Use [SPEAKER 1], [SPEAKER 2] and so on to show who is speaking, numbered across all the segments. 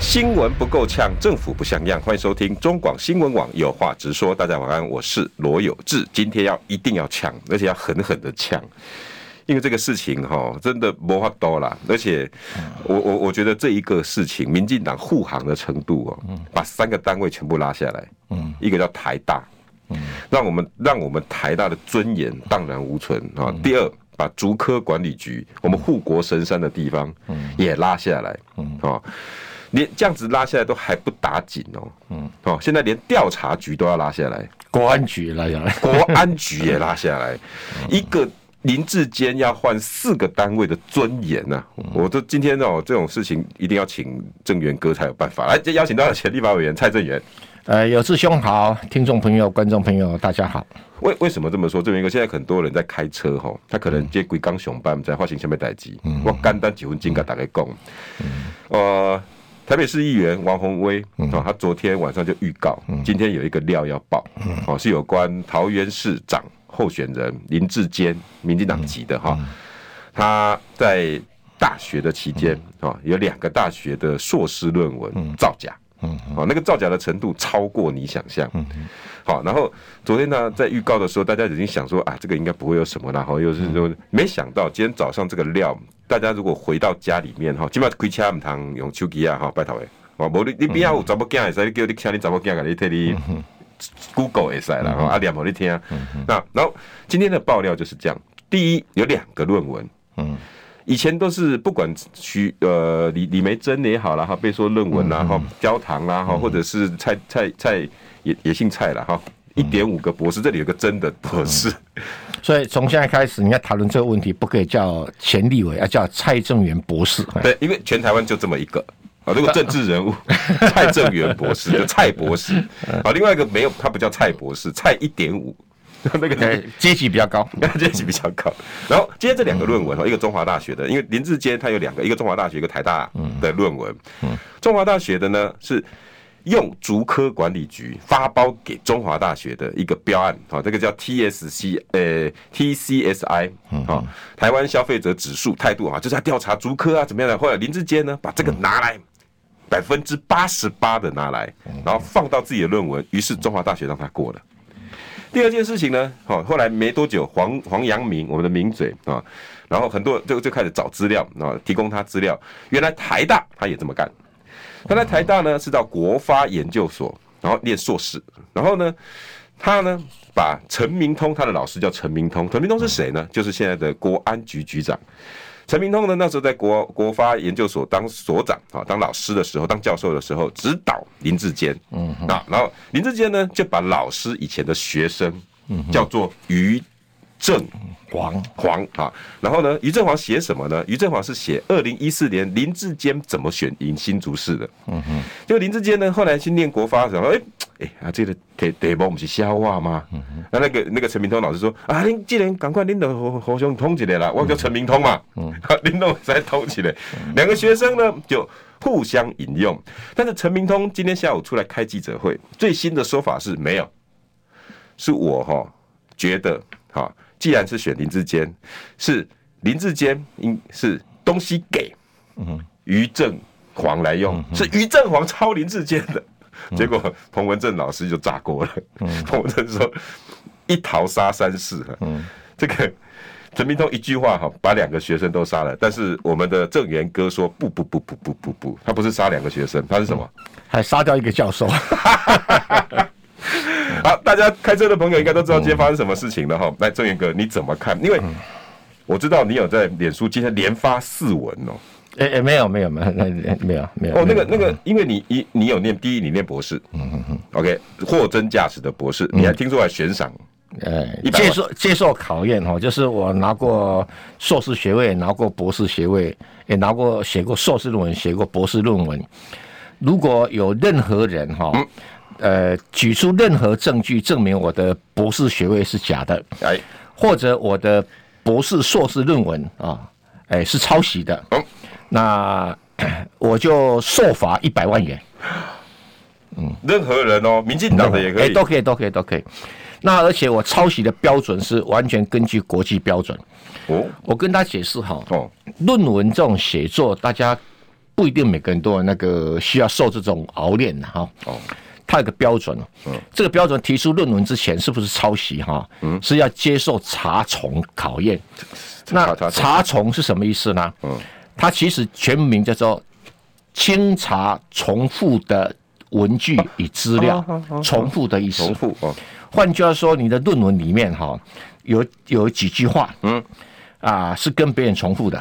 [SPEAKER 1] 新闻不够呛，政府不像样。欢迎收听中广新闻网，有话直说。大家晚安，我是罗有志。今天要一定要抢，而且要狠狠的抢，因为这个事情哈，真的 没法多啦。而且我，我我觉得这一个事情，民进党护航的程度哦，把三个单位全部拉下来，嗯，一个叫台大，让我们让我们台大的尊严荡然无存啊、第二，把竹科管理局，我们护国神山的地方，也拉下来，嗯，哦，连这样子拉下来都还不打紧哦，嗯，哦，现在连调查局都要拉下 来，
[SPEAKER 2] 国安局来讲，
[SPEAKER 1] 国安局也拉下来，一个林志坚要换四个单位的尊严呐、我都今天哦，这种事情一定要请郑源哥才有办法。来，这邀请到了前立法委员蔡正元。
[SPEAKER 2] 呃，有志兄好，听众朋友、观众朋友，大家好。
[SPEAKER 1] 为为什么这么说？这边一个现在很多人在开车吼，他可能接鬼刚熊班在发行下面代机，我简单几分钟跟大家讲。呃，台北市议员王宏威哦，他昨天晚上就预告，今天有一个料要爆，哦，是有关桃园市长候选人林志坚，民进党籍的哈，他在大学的期间哦，有两个大学的硕士论文造假。哦，那个造假的程度超过你想象。好，然后昨天呢，在预告的时候，大家已经想说啊，这个应该不会有什么啦，然后又是说，没想到今天早上这个料，大家如果回到家里面哈，起码开车唔通用手机啊哈，拜托诶，哦，无你你边仔有查某囝会使，你叫你请你查某囝甲你替你 Google 会使啦，吼啊念互你听。那然后今天的爆料就是这样，第一有两个论文，以前都是不管徐呃李李梅珍也好啦哈，被说论文啦哈，焦糖啦哈，或者是蔡蔡蔡也也姓蔡啦哈，一点五个博士，这里有个真的博士，
[SPEAKER 2] 所以从现在开始，你要讨论这个问题，不可以叫前立委，要啊叫蔡正元博士。
[SPEAKER 1] 对，因为全台湾就这么一个。啊，如果政治人物蔡正元博士，就蔡博士啊，另外一个没有，他不叫蔡博士，蔡一点五，那个
[SPEAKER 2] 对，阶级比较高。
[SPEAKER 1] 阶级比较高。然后今天这两个论文哦，一个中华大学的，因为林志坚他有两个，一个中华大学，一个台大的论文。嗯中华大学的呢是用竹科管理局发包给中华大学的一个标案，好、这个叫 TSC 呃 TCSI，好、哦台湾消费者指数态度啊，就是要调查竹科啊怎么样的。后来林志坚呢把这个拿来。百分之八十八的拿来，然后放到自己的论文，于是中华大学让他过了。第二件事情呢，好，后来没多久，黄黄阳明，我们的名嘴啊，然后很多就就开始找资料啊，提供他资料。原来台大他也这么干，他在台大呢是到国发研究所，然后念硕士，然后呢，他呢把陈明通，他的老师叫陈明通，陈明通是谁呢？就是现在的国安局局长。陈明通呢，那时候在国国发研究所当所长啊，当老师的时候，当教授的时候，指导林志坚，嗯，啊，然后林志坚呢，就把老师以前的学生叫做于正
[SPEAKER 2] 黄
[SPEAKER 1] 煌啊，然后呢，于正煌写什么呢？于正煌是写二零一四年林志坚怎么选赢新竹市的。嗯哼，就林志坚呢，后来去念国发的时候，哎、哎、啊，这个得得帮我们去消化吗？嗯哼，那那个那个陈明通老师说啊，您既然赶快您的侯侯兄通起来了，我叫陈明通嘛，嗯， 林董再通起来，两个学生呢就。互相引用，但是陈明通今天下午出来开记者会，最新的说法是没有，是我哈觉得哈，既然是选林志坚，是林志坚应是东西给于正煌来用，是于正煌抄林志坚的。结果彭文正老师就炸锅了，彭文正说一桃杀三士，这个。陈明通一句话哈，把两个学生都杀了。但是我们的郑源哥说不不不不不不不，他不是杀两个学生，他是什么？
[SPEAKER 2] 还杀掉一个教授，
[SPEAKER 1] 好，大家开车的朋友应该都
[SPEAKER 2] 嗯
[SPEAKER 1] 知道今天发生什么事情了哈。来，郑源哥，你怎么看？因为我知道你有在脸书今天连发四文哦。
[SPEAKER 2] 哎哎，没有没有没有没有没有。
[SPEAKER 1] 哦，那个那个，因为你你你有念第一，你念博士，嗯嗯嗯，OK，货真价实的博士，
[SPEAKER 2] 嗯
[SPEAKER 1] 你还听说还悬赏，
[SPEAKER 2] 呃
[SPEAKER 1] 100，万
[SPEAKER 2] 接受接受考验哦，就是我拿过硕士学位，拿过博士学位，也拿过
[SPEAKER 1] 嗯
[SPEAKER 2] 写过硕士论文，写过博士论文。如果有任何人哈、呃举出任何证据证明我的博士学位是假的，
[SPEAKER 1] 哎，
[SPEAKER 2] 或者我的博士、硕士论文啊，哎、是抄袭的，
[SPEAKER 1] 嗯
[SPEAKER 2] 那 我就受罚一百万元。
[SPEAKER 1] 任何人哦，民进党的也可
[SPEAKER 2] 哎
[SPEAKER 1] 以，
[SPEAKER 2] 都可以，都可以，都可以。那而且我抄袭的标准是完全根据国际标准。
[SPEAKER 1] 哦
[SPEAKER 2] 我跟他解释哈，
[SPEAKER 1] 哦，
[SPEAKER 2] 论文这种写作，大家不一定每个人都有那个需要受这种熬练的哈。
[SPEAKER 1] 哦，嗯
[SPEAKER 2] 它有个标准，这个标准提出论文之前是不是抄袭哈？是要接受查重考验。那
[SPEAKER 1] 嗯查
[SPEAKER 2] 查重是什么意思呢？
[SPEAKER 1] 嗯
[SPEAKER 2] 它其实全名叫做清查重复的文具与资
[SPEAKER 1] 哦
[SPEAKER 2] 料，重复的意思
[SPEAKER 1] 重。复哦，
[SPEAKER 2] 换句话说，你的论文里面哈、有有几句话，嗯，啊，是跟别人重复的，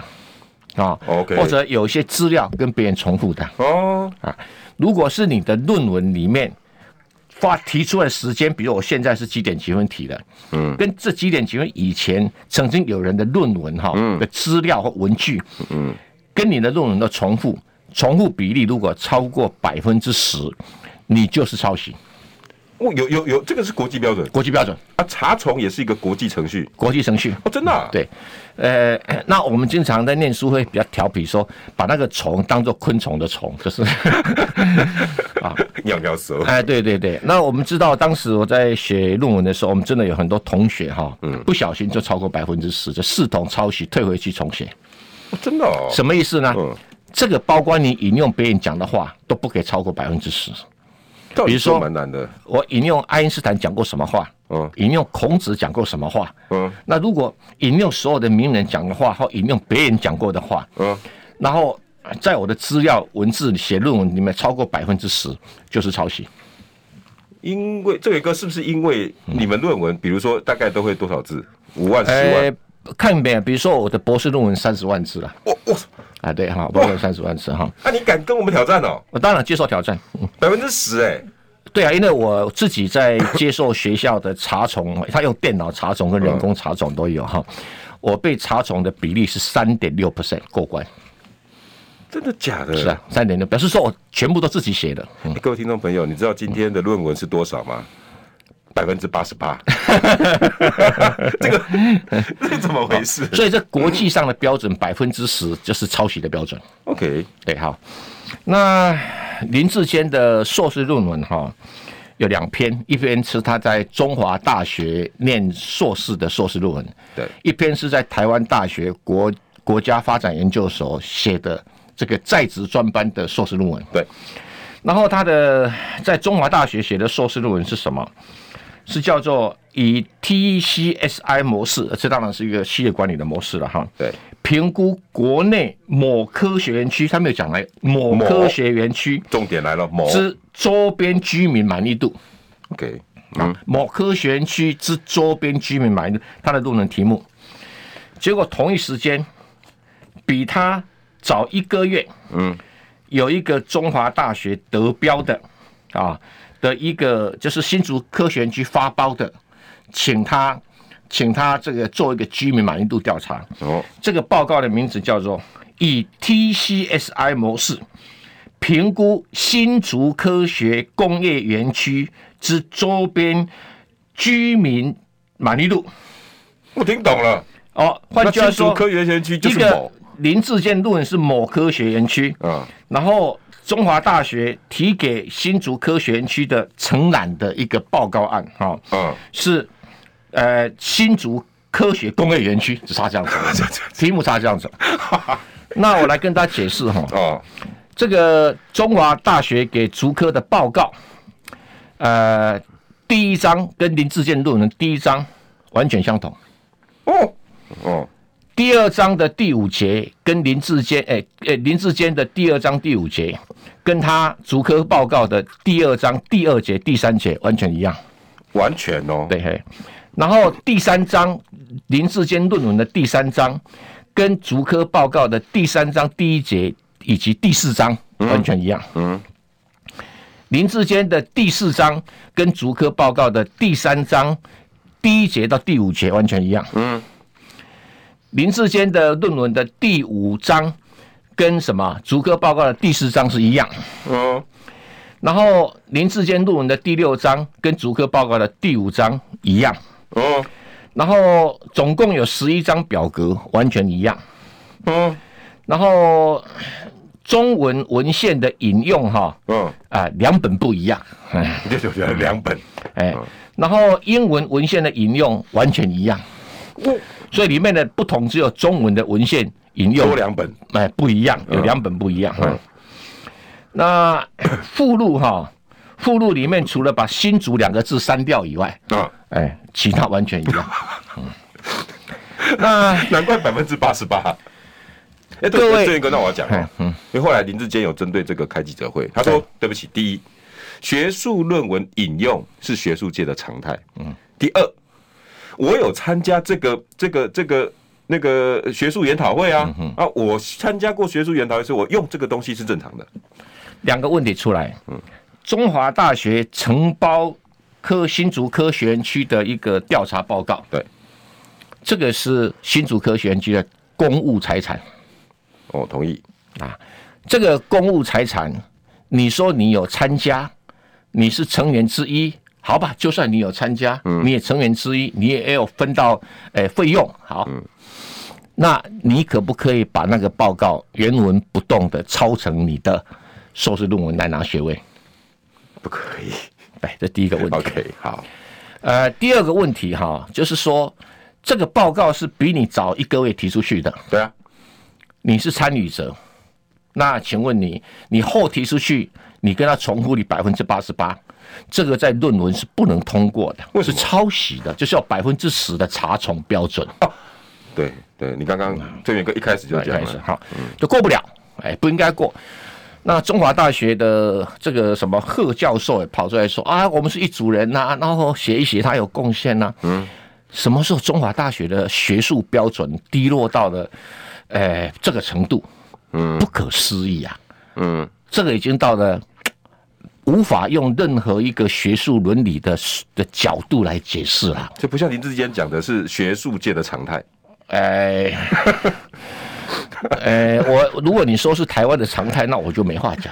[SPEAKER 2] 啊
[SPEAKER 1] OK
[SPEAKER 2] 或者有一些资料跟别人重复的
[SPEAKER 1] 哦，
[SPEAKER 2] 啊。如果是你的论文里面发提出来的时间，比如我现在是几点几分提的，嗯，跟这几点几分以前曾经有人的论文哈、的资料或文具，嗯，跟你的论文的重复，重复比例如果超过百分之十，你就是抄袭，
[SPEAKER 1] 哦有有有，这个是国际标准
[SPEAKER 2] 国际标准，
[SPEAKER 1] 啊，查重也是一个国际程序
[SPEAKER 2] 国际程序。
[SPEAKER 1] 哦，真的 啊，
[SPEAKER 2] 对，呃， 那我们经常在念书会比较调皮说，把那个虫当做昆虫的虫，就是，
[SPEAKER 1] 咬咬舌，
[SPEAKER 2] 哎，对对对。那我们知道，当时我在写论文的时候，我们真的有很多同学哈，
[SPEAKER 1] 嗯
[SPEAKER 2] 不小心就超过百分之十，就视同抄袭，退回去重写。
[SPEAKER 1] 哦真的哦，
[SPEAKER 2] 什么意思呢？
[SPEAKER 1] 嗯
[SPEAKER 2] 这个包括你引用别人讲的话，都不可以超过百分之十。
[SPEAKER 1] 到
[SPEAKER 2] 比
[SPEAKER 1] 底
[SPEAKER 2] 如说
[SPEAKER 1] 说蛮难的，
[SPEAKER 2] 我引用爱因斯坦讲过什么话，
[SPEAKER 1] 嗯
[SPEAKER 2] 引用孔子讲过什么话，
[SPEAKER 1] 嗯
[SPEAKER 2] 那如果引用所有的名人讲的话，或引用别人讲过的话，
[SPEAKER 1] 嗯，
[SPEAKER 2] 然后在我的资料文字里写论文里面超过百分之十，就是抄袭。
[SPEAKER 1] 因为这个歌是不是因为你们论文，比如说大概都会多少字，五万、十万，
[SPEAKER 2] 呃，看没有？比如说我的博士论文三十万字了
[SPEAKER 1] 我我，
[SPEAKER 2] 啊，对哈，博士论文三十万字哈，
[SPEAKER 1] 那你敢跟我们挑战哦？
[SPEAKER 2] 我当然接受挑战。嗯
[SPEAKER 1] 百分之十哎，
[SPEAKER 2] 对啊，因为我自己在接受学校的查重，他用电脑查重跟人工查重都有哈。我被查重的比例是三点六 percent 过关，
[SPEAKER 1] 真的假的？
[SPEAKER 2] 是啊，嗯三点六，表示说我全部都自己写的。
[SPEAKER 1] 欸各位听众朋友，你知道今天的论文是多少吗？百分之八十八，这个 这是怎么回事
[SPEAKER 2] 所以这国际上的标准百分之十就是抄袭的标准。
[SPEAKER 1] ？OK，
[SPEAKER 2] 对，好。那林志坚的硕士论文哈、有两篇，一篇是他在中华大学念硕士的硕士论文，
[SPEAKER 1] 对，
[SPEAKER 2] 一篇是在台湾大学国国家发展研究所写的这个在职专班的硕士论文。
[SPEAKER 1] 对，
[SPEAKER 2] 然后他的在中华大学写的硕士论文是什么？是叫做以 TCSI 模式，呃这当然是一个企业管理的模式了哈。
[SPEAKER 1] 对，
[SPEAKER 2] 评估国内某科学园区，他没有讲来某
[SPEAKER 1] 某
[SPEAKER 2] 科学园区
[SPEAKER 1] 重点来了，某
[SPEAKER 2] 之周边居民满意度，
[SPEAKER 1] OK，
[SPEAKER 2] 啊某科学园区之周边居民满意度，他的论文题目。结果同一时间，比他早一个月，
[SPEAKER 1] 嗯，
[SPEAKER 2] 有一个中华大学得标的啊的一个就是新竹科学园区发包的，请他请他这个做一个居民满意度调查。
[SPEAKER 1] 哦，
[SPEAKER 2] 这个报告的名字叫做《以 TCSI 模式评估新竹科学工业园区之周边居民满意度》。
[SPEAKER 1] 我听懂了。
[SPEAKER 2] 哦，换句话
[SPEAKER 1] 那新竹
[SPEAKER 2] 说，
[SPEAKER 1] 科学园区就
[SPEAKER 2] 一
[SPEAKER 1] 是
[SPEAKER 2] 个
[SPEAKER 1] 某，
[SPEAKER 2] 林志健论文是某科学园区，
[SPEAKER 1] 嗯，
[SPEAKER 2] 然后中华大学提给新竹科学园区的承揽的一个报告案，哈、哦，
[SPEAKER 1] 嗯，
[SPEAKER 2] 是呃新竹科学工业园区，只差这样子。题目差这样子。那我来跟大家解释哈，
[SPEAKER 1] 哦，
[SPEAKER 2] 这个中华大学给竹科的报告，呃，第一章跟林志健论文的第一章完全相同，
[SPEAKER 1] 哦，哦，
[SPEAKER 2] 第二章的第五节跟林志坚，哎、哎、林志坚的第二章第五节，跟他竹科报告的第二章第二节、第三节完全一样，
[SPEAKER 1] 完全哦，
[SPEAKER 2] 对嘿。然后第三章林志坚论文的第三章，跟竹科报告的第三章第一节以及第四章完全一样。
[SPEAKER 1] 嗯
[SPEAKER 2] 林志坚的第四章跟竹科报告的第三章第一节到第五节完全一样。
[SPEAKER 1] 嗯，
[SPEAKER 2] 林志坚的论文的第五章跟什么竹科报告的第四章是一样。
[SPEAKER 1] 嗯，
[SPEAKER 2] 然后林志坚论文的第六章跟竹科报告的第五章一样，
[SPEAKER 1] 哦，
[SPEAKER 2] 然后总共有十一张表格，完全一样。
[SPEAKER 1] 嗯
[SPEAKER 2] 然后中文文献的引用哈
[SPEAKER 1] 嗯，
[SPEAKER 2] 啊两本不一样，
[SPEAKER 1] 这就觉得两本，
[SPEAKER 2] 哎，
[SPEAKER 1] 嗯
[SPEAKER 2] 然后英文文献的引用完全一样，所以里面的不同只有中文的文献引用
[SPEAKER 1] 多两本，
[SPEAKER 2] 哎不一样，有两本不一样。嗯那附录哈，附录里面除了把“新竹”两个字删掉以外，
[SPEAKER 1] 啊，
[SPEAKER 2] 哎，其他完全一样。嗯，那
[SPEAKER 1] 啊难怪百分之八十八。哎、
[SPEAKER 2] 各
[SPEAKER 1] 对，
[SPEAKER 2] 位
[SPEAKER 1] 这一个那我要讲哦
[SPEAKER 2] 哎，
[SPEAKER 1] 因为后来林志坚有针对这个开记者会，他说：“对不起，第一，学术论文引用是学术界的常态。嗯，第二，我有参加这个这个这个那个学术研讨会啊、啊，我参加过学术研讨会，所以我用这个东西是正常的。
[SPEAKER 2] 两个问题出来。中华大学承包科新竹科学园区的一个调查报告，
[SPEAKER 1] 对，
[SPEAKER 2] 这个是新竹科学园区的公务财产。啊
[SPEAKER 1] 哦，同意。
[SPEAKER 2] 这个公务财产，你说你有参加，你是成员之一，好吧？就算你有参加，你也成员之一，你也有分到诶费用，好。那你可不可以把那个报告原文不动的抄成你的硕士论文来拿学位？
[SPEAKER 1] 不可以。
[SPEAKER 2] 对，哎这第一个问题。
[SPEAKER 1] OK，好，
[SPEAKER 2] 呃，第二个问题哈，就是说这个报告是比你早一个月提出去的，
[SPEAKER 1] 对啊，
[SPEAKER 2] 你是参与者，那请问你，你后提出去，你跟他重复你百分之八十八，这个在论文是不能通过的，
[SPEAKER 1] 为什么
[SPEAKER 2] 是抄袭的，就是要百分之十的查重标准。
[SPEAKER 1] 对对，你刚刚郑远哥一开始就
[SPEAKER 2] 对，
[SPEAKER 1] 讲
[SPEAKER 2] 开始
[SPEAKER 1] 了，嗯
[SPEAKER 2] 哈，就过不了，哎，不应该过。那中华大学的这个什么贺教授也跑出来说啊，我们是一组人呐、然后写一写他有贡献呐、嗯，什么时候中华大学的学术标准低落到了，哎，这个程度？嗯，不可思议啊！
[SPEAKER 1] 嗯，
[SPEAKER 2] 这个已经到了。无法用任何一个学术伦理的的角度来解释了。
[SPEAKER 1] 这不像林志坚讲的是学术界的常态，
[SPEAKER 2] 哎，哎，我如果你说是台湾的常态，那我就没 话讲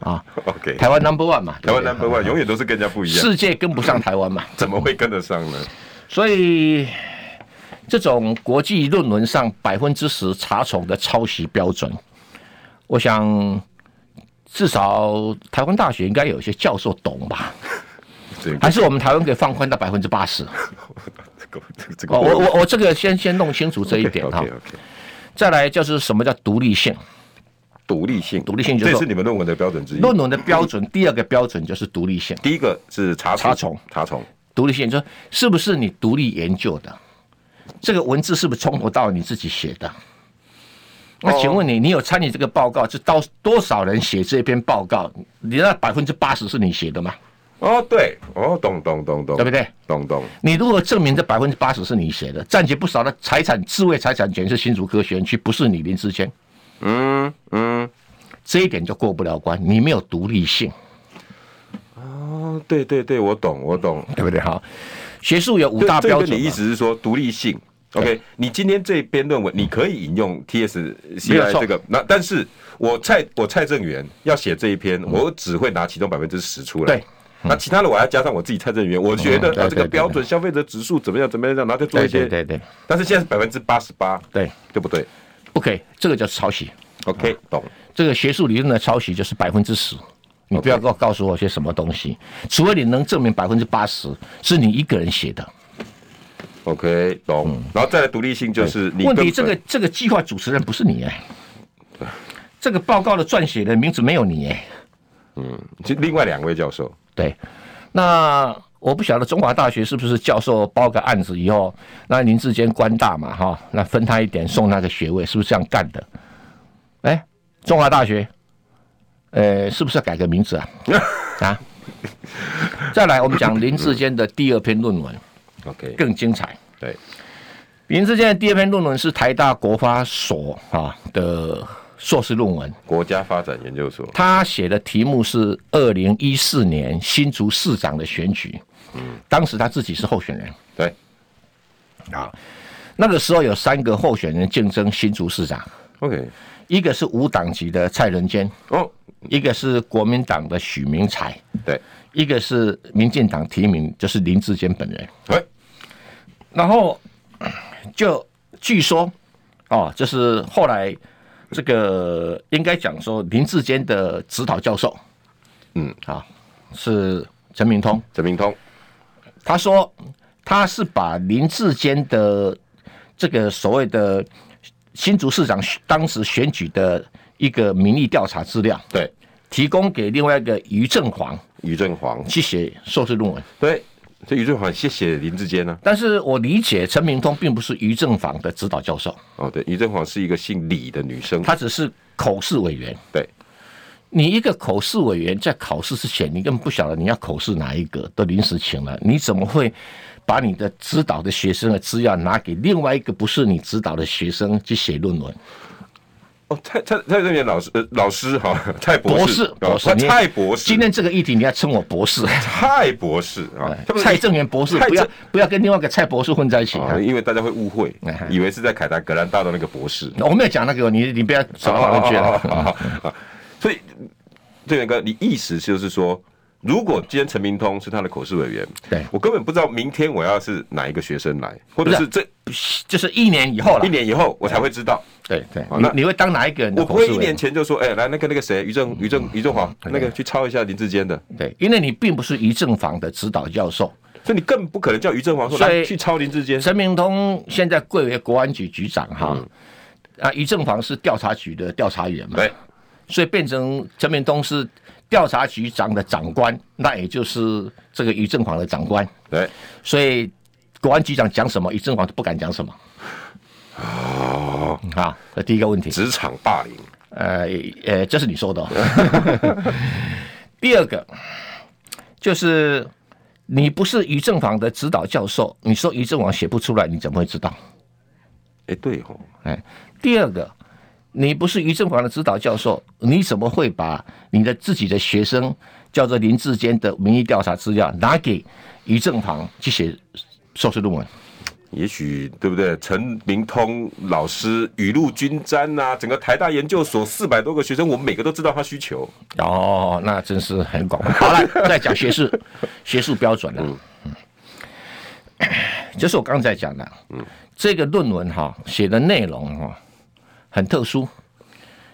[SPEAKER 2] 啊。
[SPEAKER 1] OK，
[SPEAKER 2] 台湾 number one 嘛，
[SPEAKER 1] 台
[SPEAKER 2] 对不
[SPEAKER 1] 湾
[SPEAKER 2] 对
[SPEAKER 1] number one 永远都是跟人家不一样，
[SPEAKER 2] 世界跟不上台湾嘛，
[SPEAKER 1] 怎么会跟得上 呢？
[SPEAKER 2] 所以这种国际论文上百分之十查重的抄袭标准，我想至少台湾大学应该有一些教授懂吧？
[SPEAKER 1] 这个
[SPEAKER 2] 还是我们台湾可以放宽到百分之 八十？
[SPEAKER 1] 这个这个这个
[SPEAKER 2] 哦，我我我这个先先弄清楚这一点哈
[SPEAKER 1] OK。OK，
[SPEAKER 2] 再来就是什么叫独立性？
[SPEAKER 1] 独立性，
[SPEAKER 2] 独立性就是
[SPEAKER 1] 这
[SPEAKER 2] 说
[SPEAKER 1] 是你们论文的标准之一。
[SPEAKER 2] 论文的标准，第二个标准就是独立性。
[SPEAKER 1] 第一个是查
[SPEAKER 2] 查重，
[SPEAKER 1] 查重，
[SPEAKER 2] 独立性就是是不是你独立研究的？这个文字是不是从头到尾你自己写的？那请问你，你有参与这个报告？是到多少人写这篇报告？你那百分之八十是你写的吗？
[SPEAKER 1] 哦对，哦懂懂懂懂，
[SPEAKER 2] 对不对？
[SPEAKER 1] 懂懂，
[SPEAKER 2] 你如果证明这百分之八十是你写的，占据不少的财产，智慧财产权是新竹科学园区，不是你林志坚，
[SPEAKER 1] 嗯嗯，
[SPEAKER 2] 这一点就过不了关，你没有独立性。
[SPEAKER 1] 哦对对对，我懂我懂。
[SPEAKER 2] 对不对？哈，学术有五
[SPEAKER 1] 对
[SPEAKER 2] 大
[SPEAKER 1] 这
[SPEAKER 2] 标
[SPEAKER 1] 个
[SPEAKER 2] 准
[SPEAKER 1] 你
[SPEAKER 2] 嘛
[SPEAKER 1] 意，思是说独立性？OK，你今天这篇论文你可以引用 TSC
[SPEAKER 2] 没有
[SPEAKER 1] 来
[SPEAKER 2] 错
[SPEAKER 1] 这个，那但是我蔡我蔡正元要写这一篇，我只会拿其中百分之十出来。
[SPEAKER 2] 嗯对。
[SPEAKER 1] 那其他的我还要加上我自己蔡正元，我觉得
[SPEAKER 2] 嗯对
[SPEAKER 1] 啊这个
[SPEAKER 2] 对对
[SPEAKER 1] 标准消费者指数怎么样怎么样，然后再做一
[SPEAKER 2] 对对
[SPEAKER 1] 些。
[SPEAKER 2] 对对
[SPEAKER 1] 但是现在是百分之八十八，
[SPEAKER 2] 对，嗯
[SPEAKER 1] 对不对
[SPEAKER 2] 不可以，这个叫抄袭。
[SPEAKER 1] ？OK，懂。
[SPEAKER 2] 这个学术理论的抄袭就是百分之十。你不要告告诉我些什么东西，除非你能证明百分之八十是你一个人写的。
[SPEAKER 1] OK，懂。然后再来独立性就是你
[SPEAKER 2] 嗯问
[SPEAKER 1] 根本
[SPEAKER 2] 题这个这个计划主持人不是你哎，这个报告的撰写人名字没有你哎。
[SPEAKER 1] 其实另外两位教授，
[SPEAKER 2] 对，那我不晓得中华大学是不是教授包个案子以后，那林志坚官大嘛哈，那分他一点送那个学位，是不是这样干的？哎，中华大学，呃，是不是要改个名字啊？啊？再来，我们讲林志坚的第二篇论文
[SPEAKER 1] OK，
[SPEAKER 2] 更精彩。
[SPEAKER 1] 对，
[SPEAKER 2] 林志坚的第二篇论文是台大国发所啊的硕士论文，
[SPEAKER 1] 国家发展研究所，
[SPEAKER 2] 他写的题目是二零一四年新竹市长的选举，当时他自己是候选人，
[SPEAKER 1] 对，
[SPEAKER 2] 那个时候有三个候选人竞争新竹市长，
[SPEAKER 1] OK，
[SPEAKER 2] 一个是无党籍的蔡仁坚，
[SPEAKER 1] 哦，
[SPEAKER 2] 一个是国民党的许明才，
[SPEAKER 1] 对，
[SPEAKER 2] 一个是民进党提名，就是林志坚本人。
[SPEAKER 1] 哎，
[SPEAKER 2] 然后 就据说，哦，就是后来这个应该讲说林志坚的指导教授，
[SPEAKER 1] 嗯，
[SPEAKER 2] 啊，是陈明通，
[SPEAKER 1] 陈明通，
[SPEAKER 2] 他说他是把林志坚的这个所谓的新竹市长当时选举的一个民意调查资料，
[SPEAKER 1] 对，
[SPEAKER 2] 提供给另外一个于正煌
[SPEAKER 1] 于振煌，
[SPEAKER 2] 去写硕士论文。
[SPEAKER 1] 对，这于振煌谢谢林志坚呢、啊
[SPEAKER 2] 但是我理解陈明通并不是于正煌的指导教授，
[SPEAKER 1] 哦，对，于振煌是一个姓李的女生，
[SPEAKER 2] 他只是口试委员。
[SPEAKER 1] 对，
[SPEAKER 2] 你一个口试委员在考试之前，你根本不晓得你要口试哪一个，都临时请了，你怎么会把你的指导的学生的资料拿给另外一个不是你指导的学生去写论文？
[SPEAKER 1] 哦，蔡蔡蔡正元老师，呃老师 哈、蔡博
[SPEAKER 2] 博
[SPEAKER 1] 士
[SPEAKER 2] 士，，
[SPEAKER 1] 哦
[SPEAKER 2] 博士，你
[SPEAKER 1] 蔡博士，
[SPEAKER 2] 今天这个议题你要称我博士，
[SPEAKER 1] 蔡博士啊， 他们哦
[SPEAKER 2] 蔡正元博士，
[SPEAKER 1] 蔡
[SPEAKER 2] 不要
[SPEAKER 1] 正
[SPEAKER 2] 不要跟另外一个蔡博士混在一起啊
[SPEAKER 1] 啊，！因为大家会误会，
[SPEAKER 2] 哎
[SPEAKER 1] 以为是在凯达格兰大道那个博士，
[SPEAKER 2] 我没有讲那个，你你不要走到哪里去
[SPEAKER 1] 哦
[SPEAKER 2] 了。
[SPEAKER 1] 了。所以，郑源哥，你意思就是说，如果今天陈明通是他的口试委员，
[SPEAKER 2] 对
[SPEAKER 1] 我根本不知道明天我要是哪一个学生来，或者
[SPEAKER 2] 不是啊
[SPEAKER 1] 是这
[SPEAKER 2] 就是一年以后了
[SPEAKER 1] 哦一，年以后我才会知道。
[SPEAKER 2] 对对
[SPEAKER 1] 好，
[SPEAKER 2] 你
[SPEAKER 1] 那
[SPEAKER 2] 你会当哪一个人的
[SPEAKER 1] 我不
[SPEAKER 2] 口
[SPEAKER 1] 会
[SPEAKER 2] 试
[SPEAKER 1] 一
[SPEAKER 2] 委
[SPEAKER 1] 年
[SPEAKER 2] 员？
[SPEAKER 1] 前就说，哎，来那个那个谁，于
[SPEAKER 2] 嗯
[SPEAKER 1] 正于正于正华，那个去抄一下林志坚的，
[SPEAKER 2] 对，因为你并不是于正房的指导教授，
[SPEAKER 1] 所以你更不可能叫于正华说
[SPEAKER 2] 所以
[SPEAKER 1] 来去抄林志坚。
[SPEAKER 2] 陈明通现在贵为国安局局长哈，啊，于正房是调查局的调查员嘛，
[SPEAKER 1] 对，
[SPEAKER 2] 所以变成陈明通是调查局长的长官，那也就是这个于正煌的长官，
[SPEAKER 1] 对，
[SPEAKER 2] 所以国安局长讲什么，于正煌都不敢讲什么。
[SPEAKER 1] 哦，
[SPEAKER 2] 啊，这第一个问题，
[SPEAKER 1] 职场霸凌，
[SPEAKER 2] 呃呃，这是你说的、哦。第二个就是你不是于正煌的指导教授，你说于正煌写不出来，你怎么会知道？
[SPEAKER 1] 哎，对哦，
[SPEAKER 2] 哎，第二个，你不是于正煌的指导教授，你怎么会把你的自己的学生叫做林志坚的民意调查资料拿给于正煌去写硕士论文？
[SPEAKER 1] 也许对不对？陈明通老师雨露均沾呐、整个台大研究所四百多个学生，我们每个都知道他需求。
[SPEAKER 2] 哦，那真是很广。好了，再讲学术，学术标准了。嗯，嗯就是我刚才讲的，嗯，这个论文哈写的内容哈很特殊，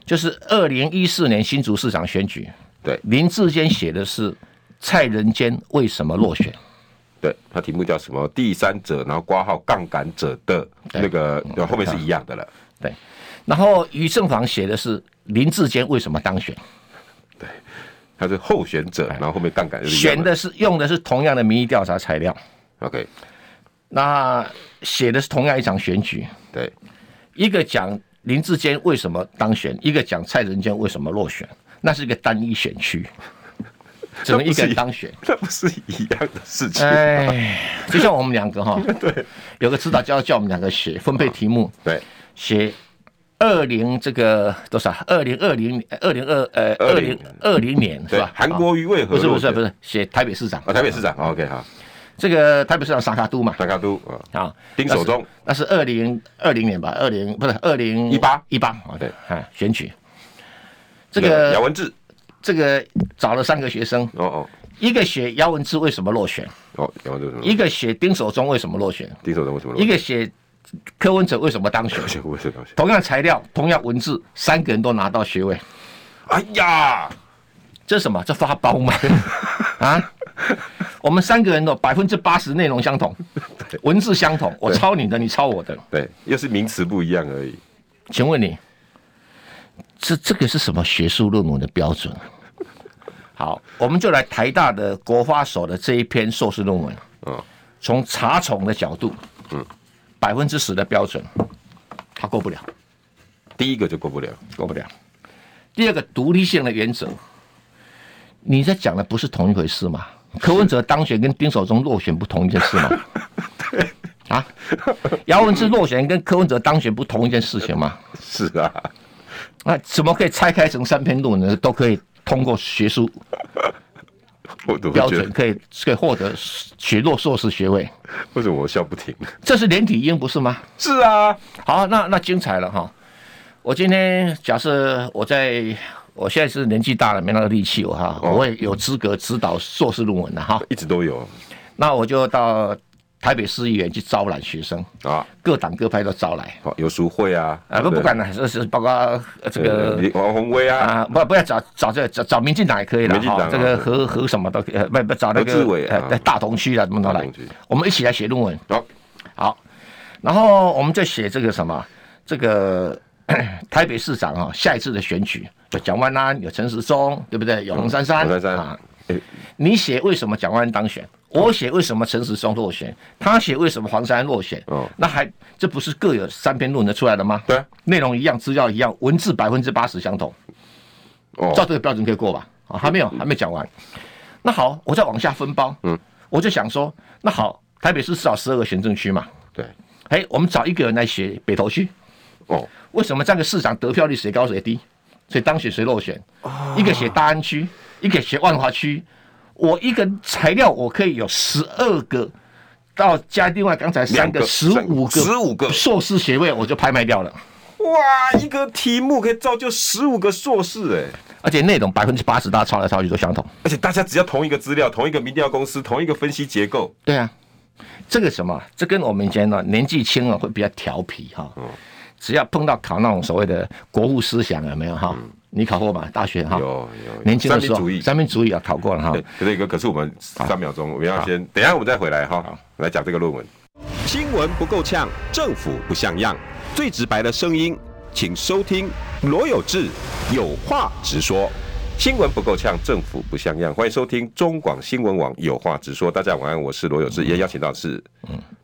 [SPEAKER 2] 就是二零一四年新竹市长选举，
[SPEAKER 1] 对
[SPEAKER 2] 林志坚写的是蔡仁坚为什么落选，
[SPEAKER 1] 对，他题目叫什么？第三者，然后挂号杠杆者的那个，然后后面是一样的了。
[SPEAKER 2] 对，然后于正煌写的是林志坚为什么当选，
[SPEAKER 1] 他是候选者，然后后面杠杆就是一样
[SPEAKER 2] 选的是用的是同样的民意调查材料，
[SPEAKER 1] OK，
[SPEAKER 2] 那写的是同样一场选举，
[SPEAKER 1] 对
[SPEAKER 2] 一个讲林志坚为什么当选，一个讲蔡仁坚为什么落选，那是一个单一选 区，只能一个人当选。
[SPEAKER 1] 那不是一样的事情。
[SPEAKER 2] 哎，就像我们两个哈，对，有个指导教叫我们两个写分配题目，
[SPEAKER 1] 对，
[SPEAKER 2] 写二零这个多少？二零二零二零二呃
[SPEAKER 1] 20
[SPEAKER 2] 二零二零年是
[SPEAKER 1] 对，
[SPEAKER 2] 吧？哦
[SPEAKER 1] 韩国瑜为何
[SPEAKER 2] 不是不
[SPEAKER 1] 落
[SPEAKER 2] 是
[SPEAKER 1] 选
[SPEAKER 2] 不是嗯写台北市长
[SPEAKER 1] 啊，台北市长啊 OK 好，
[SPEAKER 2] 这个台北市长沙卡都嘛
[SPEAKER 1] 大家都啊，
[SPEAKER 2] 啊，
[SPEAKER 1] 丁守中
[SPEAKER 2] 那是二零二零年吧？二零不是二零
[SPEAKER 1] 18
[SPEAKER 2] 一八啊，
[SPEAKER 1] 哦对
[SPEAKER 2] 啊，选举。这个
[SPEAKER 1] 姚文智，
[SPEAKER 2] 这个找了三个学生，
[SPEAKER 1] 哦哦
[SPEAKER 2] 一个写姚文智为什么落选，
[SPEAKER 1] 哦，姚文智为什
[SPEAKER 2] 一
[SPEAKER 1] 么？
[SPEAKER 2] 个写丁守中为什么落选，
[SPEAKER 1] 丁守中为什么落
[SPEAKER 2] 一
[SPEAKER 1] 选？
[SPEAKER 2] 个写柯文哲为什么当选。
[SPEAKER 1] 为什么落选？
[SPEAKER 2] 同样材料，同样文字，三个人都拿到学位，
[SPEAKER 1] 哎呀，
[SPEAKER 2] 这是什么？这发 包吗？啊？我们三个人的哦百分之八十内容 相同，文字相同，我抄你的，你抄我的。
[SPEAKER 1] 对，又是名词不一样而已。
[SPEAKER 2] 请问你，这这个是什么学术论文的标准啊？好，我们就来台大的国发所的这一篇硕士论文，
[SPEAKER 1] 嗯
[SPEAKER 2] 从查重的角度，
[SPEAKER 1] 嗯
[SPEAKER 2] 嗯，百分之十的标准，它过不了，
[SPEAKER 1] 第一个就过不了。
[SPEAKER 2] 过不了。第二个独立性的原则，你在讲的不是同一回事吗？柯文哲当选跟丁守中落选不同一件事吗？ 啊，姚文智落选跟柯文哲当选不同一件事情吗？
[SPEAKER 1] 是啊，
[SPEAKER 2] 那怎么可以拆开成三篇论文呢？都可以通过学术
[SPEAKER 1] 我怎么
[SPEAKER 2] 标
[SPEAKER 1] 觉
[SPEAKER 2] 准，
[SPEAKER 1] 得
[SPEAKER 2] 可以可以获得学落硕士学位，
[SPEAKER 1] 为什么我笑不停？
[SPEAKER 2] 这是连体婴不是吗？
[SPEAKER 1] 是啊，
[SPEAKER 2] 好，那那精彩了哈！我今天假设我在我现在是年纪大了，没那个力气，我哈，
[SPEAKER 1] 哦
[SPEAKER 2] 我也有资格指导硕士论文了哈。
[SPEAKER 1] 一直都有
[SPEAKER 2] 那我就到台北市议员去招揽学生，
[SPEAKER 1] 啊，
[SPEAKER 2] 各党各派都招来
[SPEAKER 1] 好有书会啊，
[SPEAKER 2] 啊，不
[SPEAKER 1] 对
[SPEAKER 2] 不管了，是是包括呃这
[SPEAKER 1] 对
[SPEAKER 2] 个
[SPEAKER 1] 你王宏威啊，
[SPEAKER 2] 啊，不不要找找这找找民进党也可以了
[SPEAKER 1] 民进党
[SPEAKER 2] 哈
[SPEAKER 1] 啊，
[SPEAKER 2] 这个和和什么都可以，呃不不找那
[SPEAKER 1] 何志
[SPEAKER 2] 个
[SPEAKER 1] 伟啊
[SPEAKER 2] 呃大同区啊，什么都
[SPEAKER 1] 大
[SPEAKER 2] 来
[SPEAKER 1] 同区，
[SPEAKER 2] 我们一起来写论文。
[SPEAKER 1] 好，
[SPEAKER 2] 好，然后我们就写这个什么，这个 台北市长啊、下一次的选举有蒋万安，有陈时中，对不对？
[SPEAKER 1] 嗯
[SPEAKER 2] 有洪珊珊，
[SPEAKER 1] 黄珊珊
[SPEAKER 2] 啊，
[SPEAKER 1] 哎
[SPEAKER 2] 你写为什么蒋万安当选？我写为什么陈时中落选？他写为什么黄珊珊落选？
[SPEAKER 1] 哦
[SPEAKER 2] 那还这不是各有三篇论文出来了吗？
[SPEAKER 1] 对啊，
[SPEAKER 2] 内容一样，资料一样，文字百分之八十相同。照
[SPEAKER 1] 哦，
[SPEAKER 2] 这个标准可以过吧？啊，还没有，还没讲完。那好，我再往下分包。嗯，我就想说，那好，台北市至少十二个行政区嘛。
[SPEAKER 1] 对，
[SPEAKER 2] 哎，我们找一个人来写北投区，
[SPEAKER 1] 哦，
[SPEAKER 2] 为什么这样的市长得票率谁高谁低？谁当选谁落选？一个写大安区，一个写万华区。我一个材料我可以有十二个，到加另外刚才三
[SPEAKER 1] 两
[SPEAKER 2] 个
[SPEAKER 1] 个
[SPEAKER 2] 十五个
[SPEAKER 1] 15个
[SPEAKER 2] 硕士学位，我就拍卖掉了，
[SPEAKER 1] 哇，一个题目可以造就十五个硕士哎、
[SPEAKER 2] 而且内容百分之八十大家抄来抄去都相同。
[SPEAKER 1] 而且大家只要同一个资料、同一个民调公司、同一个分析结构，
[SPEAKER 2] 对啊，这个什么，这跟我们以前呢年纪轻了会比较调皮哈、只要碰到考那种所谓的国务思想有没有哈、你考过吗？大学哈、
[SPEAKER 1] 嗯有有
[SPEAKER 2] 年轻的时候
[SPEAKER 1] 三民主义
[SPEAKER 2] 三民主义啊考过了哈、
[SPEAKER 1] 对，可是一个，可是我们三秒钟，我们要先，等一下我们再回来哈，来讲这个论文。
[SPEAKER 3] 新闻不够呛，政府不像样，最直白的声音，请收听罗有志有话直说。
[SPEAKER 1] 新闻不够呛，政府不像样。欢迎收听中广新闻网，有话直说。大家晚安，我是罗有志，也邀请到的是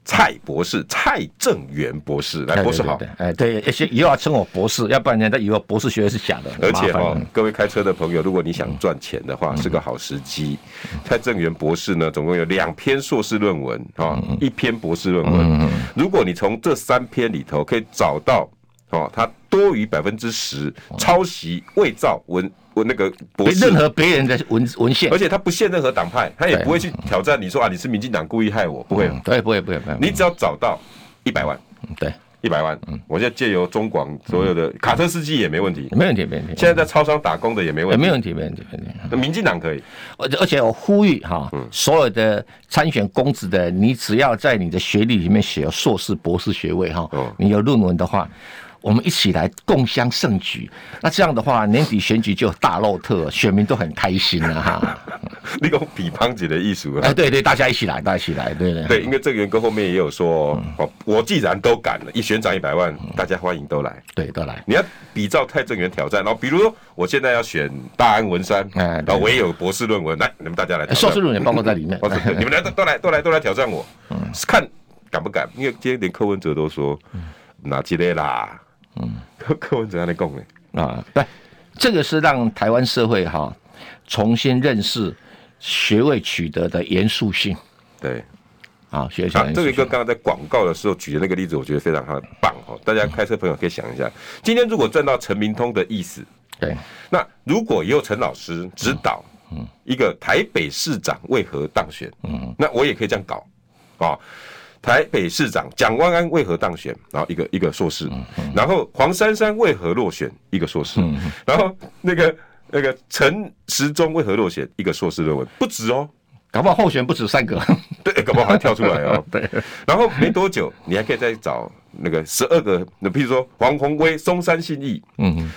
[SPEAKER 1] 蔡博士，蔡正元博士。来，
[SPEAKER 2] 哎
[SPEAKER 1] 博士好
[SPEAKER 2] 对。对对哎，对，而且又要称我博士，要不然人家以为我博士学位是假的，
[SPEAKER 1] 而且哦
[SPEAKER 2] 麻烦啊嗯
[SPEAKER 1] 哈、
[SPEAKER 2] 了
[SPEAKER 1] 各位开车的朋友，如果你想赚钱的话，是个好时机。蔡正元博士呢，总共有两篇硕士论文啊、
[SPEAKER 2] 嗯
[SPEAKER 1] 一篇博士论文。如果你从这三篇里头可以找到哦，他多于百分之十抄袭、伪造文文那个博
[SPEAKER 2] 别
[SPEAKER 1] 士
[SPEAKER 2] 任何别人的文文献
[SPEAKER 1] 而，且他不限任何党派，他也
[SPEAKER 2] 对
[SPEAKER 1] 不会去挑战你说啊，你是民进党故意害我，不会，
[SPEAKER 2] 嗯对，不会不会不会，
[SPEAKER 1] 你只要找到一百万，
[SPEAKER 2] 嗯对，
[SPEAKER 1] 一百万，我现在借由中广所有的卡车司机也没问题，
[SPEAKER 2] 没问题没问题，
[SPEAKER 1] 现在在超商打工的也没
[SPEAKER 2] 哎
[SPEAKER 1] 问
[SPEAKER 2] 没
[SPEAKER 1] 题，
[SPEAKER 2] 问题没问题没问题。
[SPEAKER 1] 民进党可以，
[SPEAKER 2] 而且而且我呼吁哈，
[SPEAKER 1] 嗯
[SPEAKER 2] 所有的参选公职的，你只要在你的学历里面写有硕士、博士学位哈
[SPEAKER 1] 嗯，
[SPEAKER 2] 你有论文的话。我们一起来共襄盛举，那这样的话，年底选举就大漏特，选民都很开心 了、哈。
[SPEAKER 1] 那种比方级的艺术啊
[SPEAKER 2] 哎，。对对，大家一起来，大家一起来，对对
[SPEAKER 1] 对，因为郑源哥后面也有说，
[SPEAKER 2] 嗯
[SPEAKER 1] 哦，我既然都敢了，一悬赏一百万，大家欢迎都来。
[SPEAKER 2] 对，都来。
[SPEAKER 1] 你要比照蔡正元挑战，然后比如说我现在要选大安文山，
[SPEAKER 2] 哎
[SPEAKER 1] 然后我也有博士论文，来，你们大家来挑
[SPEAKER 2] 哎
[SPEAKER 1] 战。
[SPEAKER 2] 硕士论文也包哎嗯括在里面。
[SPEAKER 1] 我说你们来都都来都来都来挑战我，看敢不敢？因为今天连柯文哲都说
[SPEAKER 2] 嗯
[SPEAKER 1] 哪几类啦，嗯，柯文哲还在讲呢，
[SPEAKER 2] 啊，对，这个是让台湾社会哈、重新认识学位取得的严肃性
[SPEAKER 1] 对，
[SPEAKER 2] 啊，学位取得
[SPEAKER 1] 啊
[SPEAKER 2] 的，严肃
[SPEAKER 1] 这个
[SPEAKER 2] 性
[SPEAKER 1] 哥刚刚在广告的时候举的那个例子，我觉得非常好棒哦，大家开车朋友可以想一下，今天如果赚到陈明通的意思，
[SPEAKER 2] 对。
[SPEAKER 1] 那如果也有陈老师指导，一个台北市长为何当选，那我也可以这样搞，啊。台北市长蒋万安为何当选？然后一个一个硕士，然后黄珊珊为何落选？一个硕士，然后那个那个陈时中为何落选？一个硕士论文，不止哦，
[SPEAKER 2] 搞不好候选不止三个。
[SPEAKER 1] 对，搞不好还跳出来哦。对，然后没多久，你还可以再找那个十二个，那譬如说黄宏威、松山信义，
[SPEAKER 2] 嗯，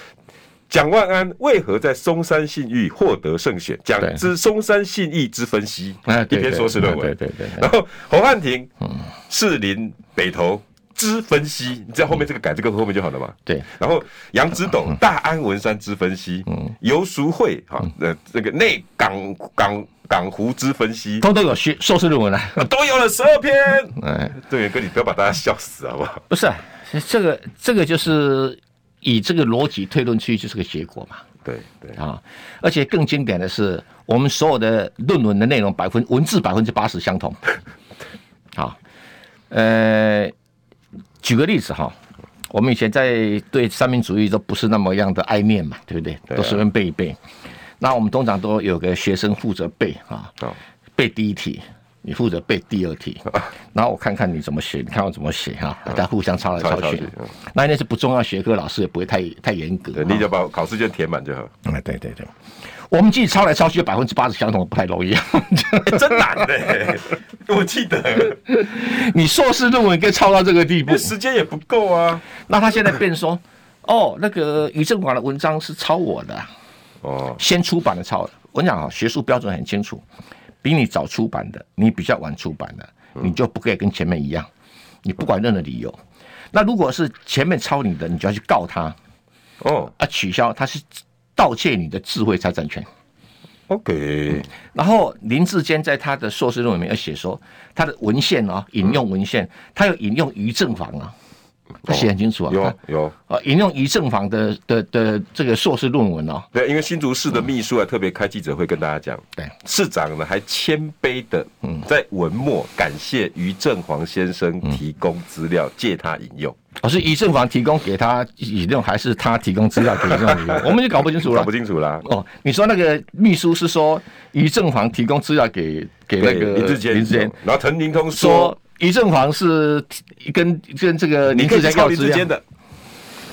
[SPEAKER 1] 蒋万安为何在松山信义获得胜选？讲
[SPEAKER 2] 对
[SPEAKER 1] 之松山信义之分析，
[SPEAKER 2] 哎，
[SPEAKER 1] 一
[SPEAKER 2] 对
[SPEAKER 1] 篇硕士论文。
[SPEAKER 2] 对对对对
[SPEAKER 1] 然后侯汉廷，士林北投之分析，你知道后面这个改这个后面就好了嘛？
[SPEAKER 2] 嗯对，
[SPEAKER 1] 然后杨之斗大安文山之分析，
[SPEAKER 2] 嗯
[SPEAKER 1] 游淑慧哈，呃，这个内港港港湖之分析，
[SPEAKER 2] 通通有学硕士论文啊。
[SPEAKER 1] 都有了十二篇。
[SPEAKER 2] 哎，
[SPEAKER 1] 郑源哥，你不要把大家笑死好不好？
[SPEAKER 2] 不是啊、这个这个就是以这个逻辑推论出去就是个结果嘛
[SPEAKER 1] 对对，
[SPEAKER 2] 啊。而且更经典的是，我们所有的论文的内容百分文字百分之八十相同。好，呃，举个例子哈。我们以前在对三民主义都不是那么样的爱念嘛，对不对？
[SPEAKER 1] 对啊
[SPEAKER 2] 都随便背一背。那我们通常都有个学生负责背啊，
[SPEAKER 1] 好，
[SPEAKER 2] 背第一题，你负责背第二题，
[SPEAKER 1] 啊
[SPEAKER 2] 然后我看看你怎么写，你看我怎么写哈，大家互相抄来抄
[SPEAKER 1] 抄来抄
[SPEAKER 2] 去
[SPEAKER 1] 去嗯。
[SPEAKER 2] 那那是不重要学科，老师也不会太太严格
[SPEAKER 1] 对，
[SPEAKER 2] 哈。
[SPEAKER 1] 你就把考试卷填满就好。
[SPEAKER 2] 啊，对对对，我们自己抄来抄去，百分之八十相同，不太容易。
[SPEAKER 1] 欸 真难的、我记得
[SPEAKER 2] 你硕士论文可以抄到这个地 步
[SPEAKER 1] 那，时间也不够啊。
[SPEAKER 2] 那他现在变说，哦，那个于正广的文章是抄我的啊、
[SPEAKER 1] 哦，
[SPEAKER 2] 先出版的抄的。我跟你讲啊，学术标准很清楚，比你早出版的，你比较晚出版的，你就不可以跟前面一样，你不管任何理由。那如果是前面抄你的，你就要去告他
[SPEAKER 1] 哦
[SPEAKER 2] 啊，取消他是盗窃你的智慧财产权。
[SPEAKER 1] ，OK，
[SPEAKER 2] 然后林志坚在他的硕士论文里面有写说，他的文献啊，引用文献，他有引用于正房啊，他写很清楚啊，
[SPEAKER 1] 有
[SPEAKER 2] 他
[SPEAKER 1] 有，
[SPEAKER 2] 啊，引用于正房的的的这个硕士论文哦，
[SPEAKER 1] 对，因为新竹市的秘书啊，特别开记者会跟大家讲，
[SPEAKER 2] 对，
[SPEAKER 1] 市长呢还谦卑的在文末感谢于正煌先生提供资料，借他引用，
[SPEAKER 2] 哦，是于正房提供给他引用，还是他提供资料给于 正房？我们就搞不清楚
[SPEAKER 1] 搞
[SPEAKER 2] 了
[SPEAKER 1] 不。清楚啦。
[SPEAKER 2] 哦，你说那个秘书是说于正房提供资料给给那
[SPEAKER 1] 对，
[SPEAKER 2] 个
[SPEAKER 1] 林志坚，
[SPEAKER 2] 林志坚，
[SPEAKER 1] 然后陈明通说
[SPEAKER 2] 说于正房是提跟跟这个
[SPEAKER 1] 你
[SPEAKER 2] 林
[SPEAKER 1] 可
[SPEAKER 2] 志
[SPEAKER 1] 以
[SPEAKER 2] 坚
[SPEAKER 1] 抄
[SPEAKER 2] 要
[SPEAKER 1] 林
[SPEAKER 2] 资
[SPEAKER 1] 志
[SPEAKER 2] 料
[SPEAKER 1] 坚。的，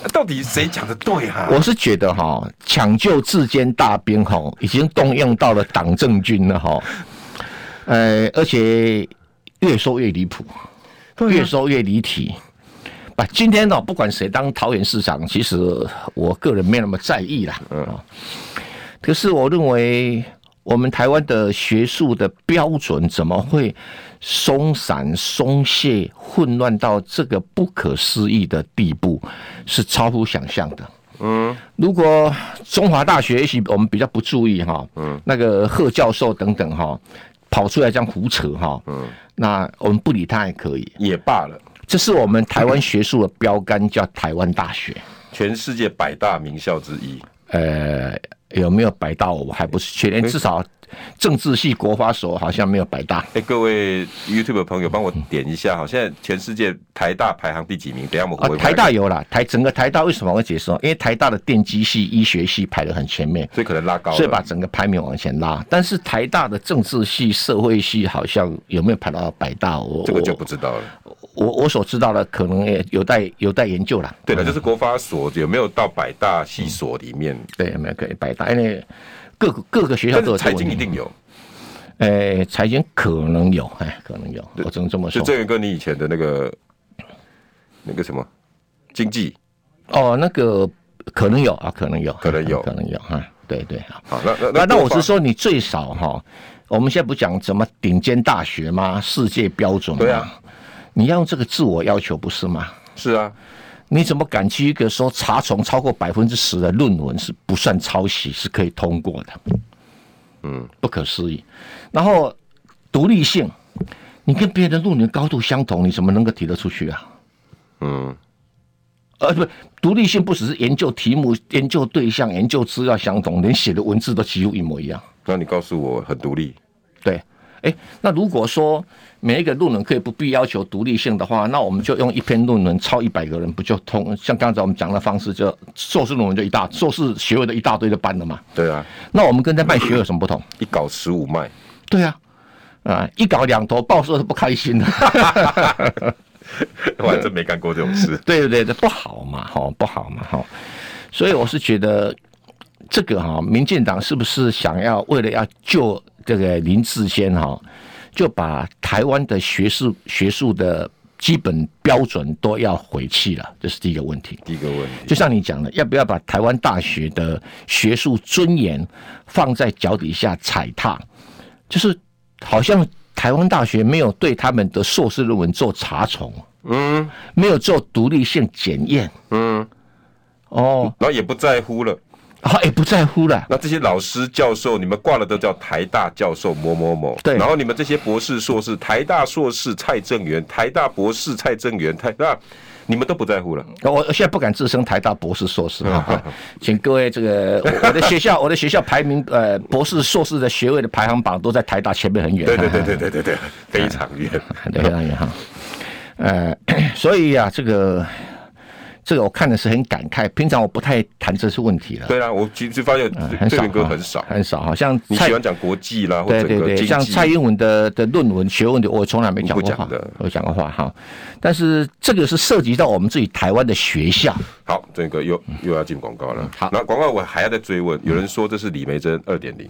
[SPEAKER 1] 啊到底谁讲的对啊哈？
[SPEAKER 2] 我是觉得哈，抢救志坚大兵哈，已经动用到了党政军了哈，呃，而且越说越离谱，越说越离题。把今天呢，不管谁当桃园市长，其实我个人没那么在意啦。嗯，可是我认为我们台湾的学术的标准怎么会松散、松懈、混乱到这个不可思议的地步，是超乎想象的。如果中华大学，也许我们比较不注意哈，嗯，那个贺教授等等哈，跑出来这样胡扯哈，嗯，那我们不理他也可以。
[SPEAKER 1] 也罢了，
[SPEAKER 2] 这是我们台湾学术的标杆，叫台湾大学。
[SPEAKER 1] 全世界百大名校之一，
[SPEAKER 2] 呃，有没有摆到我还不是确定，至少政治系国发所好像没有摆大。
[SPEAKER 1] 哎、各位 YouTube 的朋友，帮我点一下哈，现在全世界台大排行第几名？等一下我们
[SPEAKER 2] 啊
[SPEAKER 1] 回、，
[SPEAKER 2] 台大，有啦，台整个台大为什么会解释呢？因为台大的电机系、医学系排得很前面，
[SPEAKER 1] 所以可能拉高了。
[SPEAKER 2] 所以把整个排名往前拉。但是台大的政治系、社会系好像有没有排到百大？我
[SPEAKER 1] 这个就
[SPEAKER 2] 我
[SPEAKER 1] 不知道了。
[SPEAKER 2] 我我所知道的可能也有待有待研究啦。嗯
[SPEAKER 1] 对了，就是国发所有没有到百大系所里面？
[SPEAKER 2] 对，有没有可以百大？因为各个各个学校
[SPEAKER 1] 但
[SPEAKER 2] 都有
[SPEAKER 1] 是
[SPEAKER 2] 这
[SPEAKER 1] 财
[SPEAKER 2] 个问
[SPEAKER 1] 经
[SPEAKER 2] 题
[SPEAKER 1] 一定有。
[SPEAKER 2] 哎，财经可能有，哎，可能有，我只能这么
[SPEAKER 1] 就
[SPEAKER 2] 说。
[SPEAKER 1] 这个跟你以前的那个那个什么经济，
[SPEAKER 2] 哦，那个可能有啊，可能有，
[SPEAKER 1] 可能有
[SPEAKER 2] 可能有啊，对对啊。
[SPEAKER 1] 好，那那
[SPEAKER 2] 那那我是
[SPEAKER 1] 说，
[SPEAKER 2] 说，你最少哈，我们现在不讲什么顶尖大学吗？世界标准吗
[SPEAKER 1] 对啊，
[SPEAKER 2] 你要用这个自我要求不是吗？
[SPEAKER 1] 是啊，
[SPEAKER 2] 你怎么敢去一个说查重超过百分之十的论文是不算抄袭，是可以通过的？嗯，不可思议。然后独立性，你跟别人的论文高度相同，你怎么能够提得出去啊？
[SPEAKER 1] 嗯，
[SPEAKER 2] 呃，不，独立性不只是研究题目、研究对象、研究资料相同，连写的文字都几乎一模一样。
[SPEAKER 1] 那你告诉我很独立，
[SPEAKER 2] 对，哎，那如果说每一个论文可以不必要求独立性的话，那我们就用一篇论文超一百个人，不就通？像刚才我们讲的方式就，硕士论文就一大，硕士学位的一大堆就搬了嘛。
[SPEAKER 1] 对啊，
[SPEAKER 2] 那我们跟在卖学位有什么不同？
[SPEAKER 1] 一搞十五卖，
[SPEAKER 2] 对啊，啊、一搞两头，报社是不开心的。
[SPEAKER 1] 我还真没干过这种事。
[SPEAKER 2] 对对对，这不好嘛，哈、不好嘛，哈、所以我是觉得这个哈、民进党是不是想要为了要救这个林志坚哈、就把台湾的学术学术的基本标准都要毁弃了，这是第一个问题。
[SPEAKER 1] 第一个问题，
[SPEAKER 2] 就像你讲的，要不要把台湾大学的学术尊严放在脚底下踩踏？就是好像台湾大学没有对他们的硕士论文做查重，
[SPEAKER 1] 嗯
[SPEAKER 2] 没有做独立性检验
[SPEAKER 1] 嗯，
[SPEAKER 2] 哦，
[SPEAKER 1] 然后也不在乎了。
[SPEAKER 2] 啊也不在乎了。
[SPEAKER 1] 那这些老师、教授，你们挂了都叫台大教授某某某，
[SPEAKER 2] 对
[SPEAKER 1] 然后你们这些博士、硕士，台大硕士蔡正元、台大博士蔡正元、台大，你们都不在乎了。
[SPEAKER 2] 我我现在不敢自称台大博士硕士 啊，请各位这个我我的学校我的学校排名呃博士硕士的学位的排行榜都在台大前面很远，
[SPEAKER 1] 对对对对对对对， 非 常远。
[SPEAKER 2] 对，非常远哈。呃，所以啊，这个这个我看的是很感慨。平常我不太谈这些问题了，
[SPEAKER 1] 对啦，我其实发现
[SPEAKER 2] 嗯很
[SPEAKER 1] 这
[SPEAKER 2] 少
[SPEAKER 1] 边歌
[SPEAKER 2] 哈
[SPEAKER 1] 很少，
[SPEAKER 2] 很少，好像
[SPEAKER 1] 你
[SPEAKER 2] 蔡
[SPEAKER 1] 喜欢讲国际啦，或
[SPEAKER 2] 对
[SPEAKER 1] 者
[SPEAKER 2] 对
[SPEAKER 1] 整个
[SPEAKER 2] 对，
[SPEAKER 1] 经
[SPEAKER 2] 像
[SPEAKER 1] 济
[SPEAKER 2] 蔡英文的的论文学问的，我从来没讲
[SPEAKER 1] 不
[SPEAKER 2] 过
[SPEAKER 1] 讲
[SPEAKER 2] 话
[SPEAKER 1] 的，
[SPEAKER 2] 我讲过话哈。但是这个是涉及到我们自己台湾的 学校，
[SPEAKER 1] 好，这个又又要进广告了。
[SPEAKER 2] 好
[SPEAKER 1] 那广告我还要再追问，有人说这是李梅珍二点零，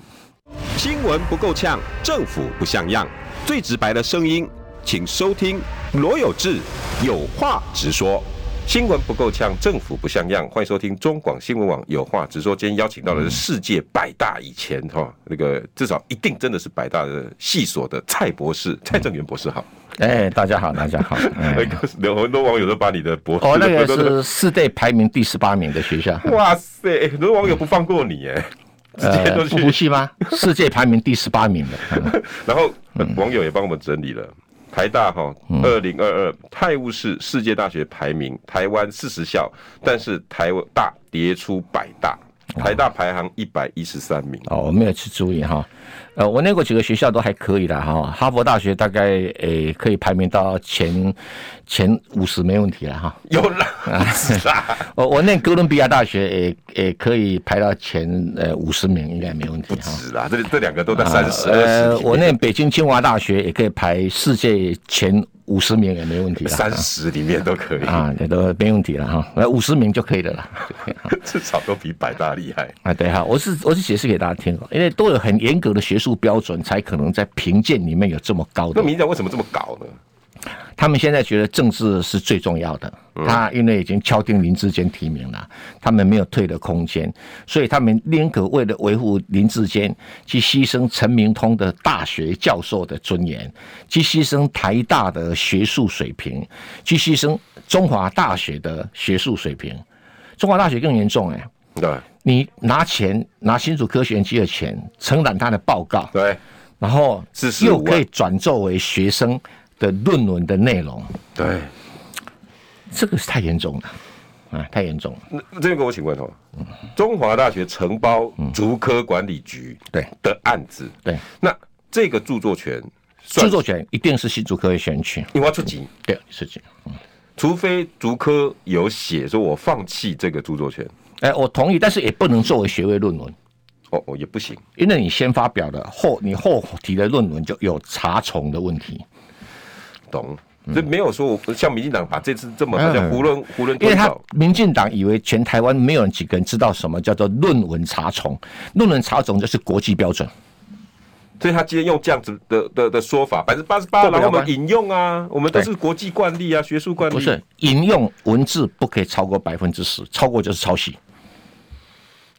[SPEAKER 3] 新闻不够呛，政府不像样，最直白的声音，请收听罗有志有话直说。
[SPEAKER 1] 新闻不够呛，政府不像样。欢迎收听中广新闻网有话直说。今天邀请到的是世界百大以前哈、那个至少一定真的是百大的系所的蔡博士，蔡正元博士好。
[SPEAKER 2] 哎，大家好，大家好。哎
[SPEAKER 1] 哎有很多网友都把你的博士，
[SPEAKER 2] 哦，那个是世代排名第十八名的学校，
[SPEAKER 1] 哇塞，哎很多网友不放过你哎，直
[SPEAKER 2] 呃
[SPEAKER 1] 接都
[SPEAKER 2] 不服
[SPEAKER 1] 去。
[SPEAKER 2] 气吗？世界排名第十八名的，嗯嗯
[SPEAKER 1] 然后呃网友也帮我们整理了。台大哈，二零二二泰晤士世界大学排名台湾四十校，但是台湾大跌出百大，台大排行一百一十三 名。
[SPEAKER 2] 哦，我没有去注意哈。呃，我念过几个学校都还可以啦哈，哈佛大学大概诶、可以排名到前前五十没问题了哈。哦
[SPEAKER 1] 有啦，是啦，
[SPEAKER 2] 我我念哥伦比亚大学也也可以排到前呃五十名，应该没问题哈。
[SPEAKER 1] 是啦，这这两个都在三十二
[SPEAKER 2] 呃，
[SPEAKER 1] 十
[SPEAKER 2] 我念北京清华大学也可以排世界前五十名也没问题了。
[SPEAKER 1] 三十里面都可以，
[SPEAKER 2] 啊，那都没问题了哈，那五十名就可以了啦。 就可以了
[SPEAKER 1] 至少都比百大厉害。
[SPEAKER 2] 啊，对哈，我是我是解释给大家听哦，因为都有很严格的学术标准，才可能在评鉴里面有这么高
[SPEAKER 1] 那
[SPEAKER 2] 的。
[SPEAKER 1] 民调为什么这么搞呢？
[SPEAKER 2] 他们现在觉得政治是最重要的，
[SPEAKER 1] 嗯
[SPEAKER 2] 他因为已经敲定林志坚提名了，他们没有退的空间，所以他们宁可为了维护林志坚，去牺牲陈明通的大学教授的尊严，去牺牲台大的学术水平，去牺牲中华大学的学术水平。中华大学更严重哎、
[SPEAKER 1] 对
[SPEAKER 2] 你拿钱拿新竹科学园区的钱，承揽他的报告，
[SPEAKER 1] 对
[SPEAKER 2] 然后
[SPEAKER 1] 45
[SPEAKER 2] 又
[SPEAKER 1] 万
[SPEAKER 2] 可以转作为学生的论文的内容。
[SPEAKER 1] 对，
[SPEAKER 2] 这个是太严重了，啊，太严重了。
[SPEAKER 1] 那这个我请问哦，中华大学承包
[SPEAKER 2] 嗯
[SPEAKER 1] 竹科管理局
[SPEAKER 2] 对
[SPEAKER 1] 的案子，
[SPEAKER 2] 对，
[SPEAKER 1] 那这个著作权算
[SPEAKER 2] 著作权一定是新竹科学选区，
[SPEAKER 1] 因为要出钱，
[SPEAKER 2] 对，是这样。
[SPEAKER 1] 除非竹科有写说我放弃这个著作权，
[SPEAKER 2] 哎，我同意，但是也不能作为学位论文，
[SPEAKER 1] 哦哦也不行，
[SPEAKER 2] 因为你先发表的后，你后提的论文就有查重的问题，
[SPEAKER 1] 懂？所以没有说我像民进党把这次这么
[SPEAKER 2] 嗯
[SPEAKER 1] 好像囫囵囫囵
[SPEAKER 2] 因为
[SPEAKER 1] 吞
[SPEAKER 2] 他
[SPEAKER 1] 枣，
[SPEAKER 2] 民进党以为全台湾没有人几个人知道什么叫做论文查重，论文查重就是国际标准，
[SPEAKER 1] 所以他今天用这样子的的的说法，百分之八十八，
[SPEAKER 2] 过不
[SPEAKER 1] 然
[SPEAKER 2] 了
[SPEAKER 1] 后我们
[SPEAKER 2] 关
[SPEAKER 1] 引用啊，我们都
[SPEAKER 2] 对
[SPEAKER 1] 是国际惯例啊，学术惯例，
[SPEAKER 2] 不是引用文字不可以超过百分之十，超过就是抄袭。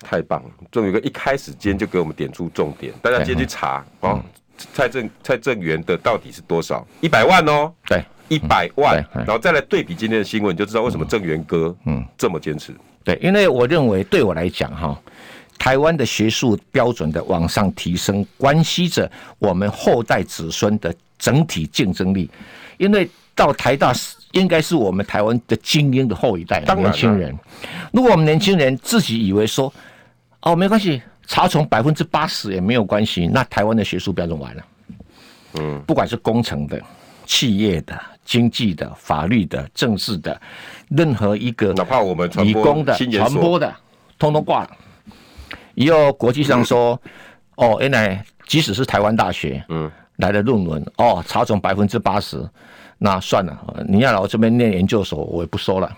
[SPEAKER 1] 太棒了！郑宇哥一开始今天就给我们点出重点，大家今天去查
[SPEAKER 2] 嗯
[SPEAKER 1] 哦，蔡正蔡正元的到底是多少？一百万哦，
[SPEAKER 2] 对，
[SPEAKER 1] 一百万
[SPEAKER 2] 嗯，
[SPEAKER 1] 然
[SPEAKER 2] 对
[SPEAKER 1] 后再来对比今天的新闻，你就知道为什么郑源哥嗯这么坚持。
[SPEAKER 2] 对，因为我认为对我来讲哈，台湾的学术标准的往上提升，关系着我们后代子孙的整体竞争力。因为到台大是应该是我们台湾的精英的后一代，
[SPEAKER 1] 当然啦
[SPEAKER 2] 年轻人。如果我们年轻人自己以为说，哦，没关系，查重百分之八十也没有关系，那台湾的学术标准完了。嗯，不管是工程的、企业的、经济的、法律的、政治的，任何一个
[SPEAKER 1] 哪怕我们传
[SPEAKER 2] 理
[SPEAKER 1] 播
[SPEAKER 2] 工的、
[SPEAKER 1] 新研
[SPEAKER 2] 传播
[SPEAKER 1] 所，
[SPEAKER 2] 的，通通挂了。以后国际上说，哦，原来即使是台湾大学，嗯，来的论文，哦，查重百分之八十，那算了，呃你要来我这边念研究所，我也不收了，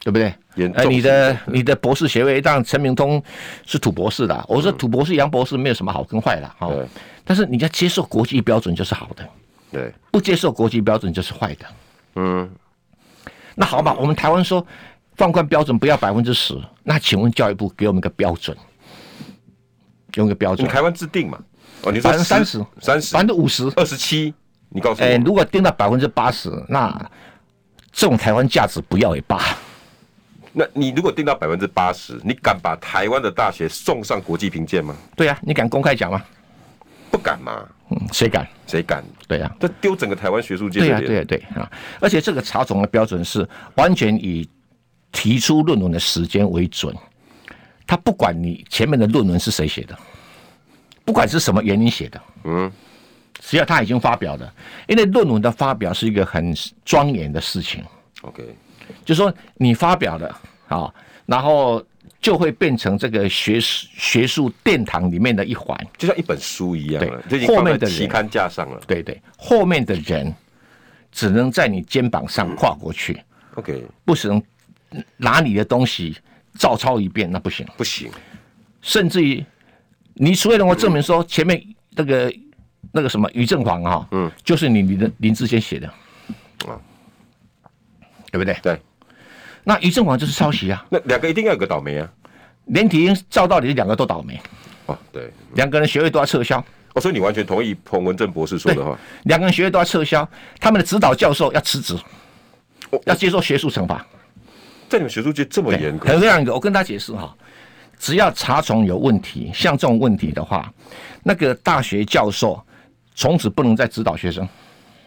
[SPEAKER 2] 对不对
[SPEAKER 1] 严？重
[SPEAKER 2] 哎，你的你的博士学位，让陈明通是土博士的，我说土博士、杨博士没有什么好跟坏的哈
[SPEAKER 1] 嗯对，
[SPEAKER 2] 但是你要接受国际标准就是好的，
[SPEAKER 1] 对，
[SPEAKER 2] 不接受国际标准就是坏的。
[SPEAKER 1] 嗯，
[SPEAKER 2] 那好吧，我们台湾说放宽标准不要百分之十，那请问教育部给我们个标准，给我们个标
[SPEAKER 1] 你
[SPEAKER 2] 准，
[SPEAKER 1] 台湾制定嘛？哦，你说
[SPEAKER 2] 百分之三十、
[SPEAKER 1] 三十
[SPEAKER 2] 百、分之五十，
[SPEAKER 1] 二十七，你告诉
[SPEAKER 2] 哎，
[SPEAKER 1] 我，
[SPEAKER 2] 如果定到百分之八十，那这种台湾价值不要也罢。
[SPEAKER 1] 那你如果定到百分之八十，你敢把台湾的大学送上国际评鉴吗？
[SPEAKER 2] 对呀、你敢公开讲吗？
[SPEAKER 1] 不敢嘛，
[SPEAKER 2] 嗯，谁敢？
[SPEAKER 1] 谁敢？
[SPEAKER 2] 对呀、啊
[SPEAKER 1] 这丢整个台湾学术界
[SPEAKER 2] 对呀、
[SPEAKER 1] 的
[SPEAKER 2] 对
[SPEAKER 1] 脸。
[SPEAKER 2] 呀、对啊！而且这个查重的标准是完全以提出论文的时间为准，他不管你前面的论文是谁写的，不管是什么原因写的，嗯，只要他已经发表了，因为论文的发表是一个很庄严的事情，
[SPEAKER 1] OK，
[SPEAKER 2] 就说你发表了啊，然后就会变成这个学术学术殿堂里面的一环。
[SPEAKER 1] 就像一本书一样了，
[SPEAKER 2] 对
[SPEAKER 1] 就已经放
[SPEAKER 2] 后
[SPEAKER 1] 在
[SPEAKER 2] 面的人
[SPEAKER 1] 期刊架上了。
[SPEAKER 2] 对对，后面的人只能在你肩膀上跨过去，
[SPEAKER 1] OK，
[SPEAKER 2] 不能拿你的东西照抄一遍，那不行。
[SPEAKER 1] 不行，
[SPEAKER 2] 甚至于，你除非能够证明说前面那个那个什么于正煌哈、嗯，就是你林林志坚写的，
[SPEAKER 1] 啊
[SPEAKER 2] 对不对？
[SPEAKER 1] 对，
[SPEAKER 2] 那于正煌就是抄袭啊，
[SPEAKER 1] 那两个一定要有个倒霉啊。
[SPEAKER 2] 连体婴照道理两个都倒霉，
[SPEAKER 1] 哦，对，
[SPEAKER 2] 两个人学位都要撤销，
[SPEAKER 1] 哦，所以你完全同意彭文正博士说的话。
[SPEAKER 2] 两个人学位都要撤销，他们的指导教授要辞职
[SPEAKER 1] 哦，
[SPEAKER 2] 要接受学术惩罚。
[SPEAKER 1] 在你们学术界这么
[SPEAKER 2] 对
[SPEAKER 1] 严格
[SPEAKER 2] 可，能这样一个，我跟他解释哈，只要查重有问题，像这种问题的话，那个大学教授从此不能再指导学生。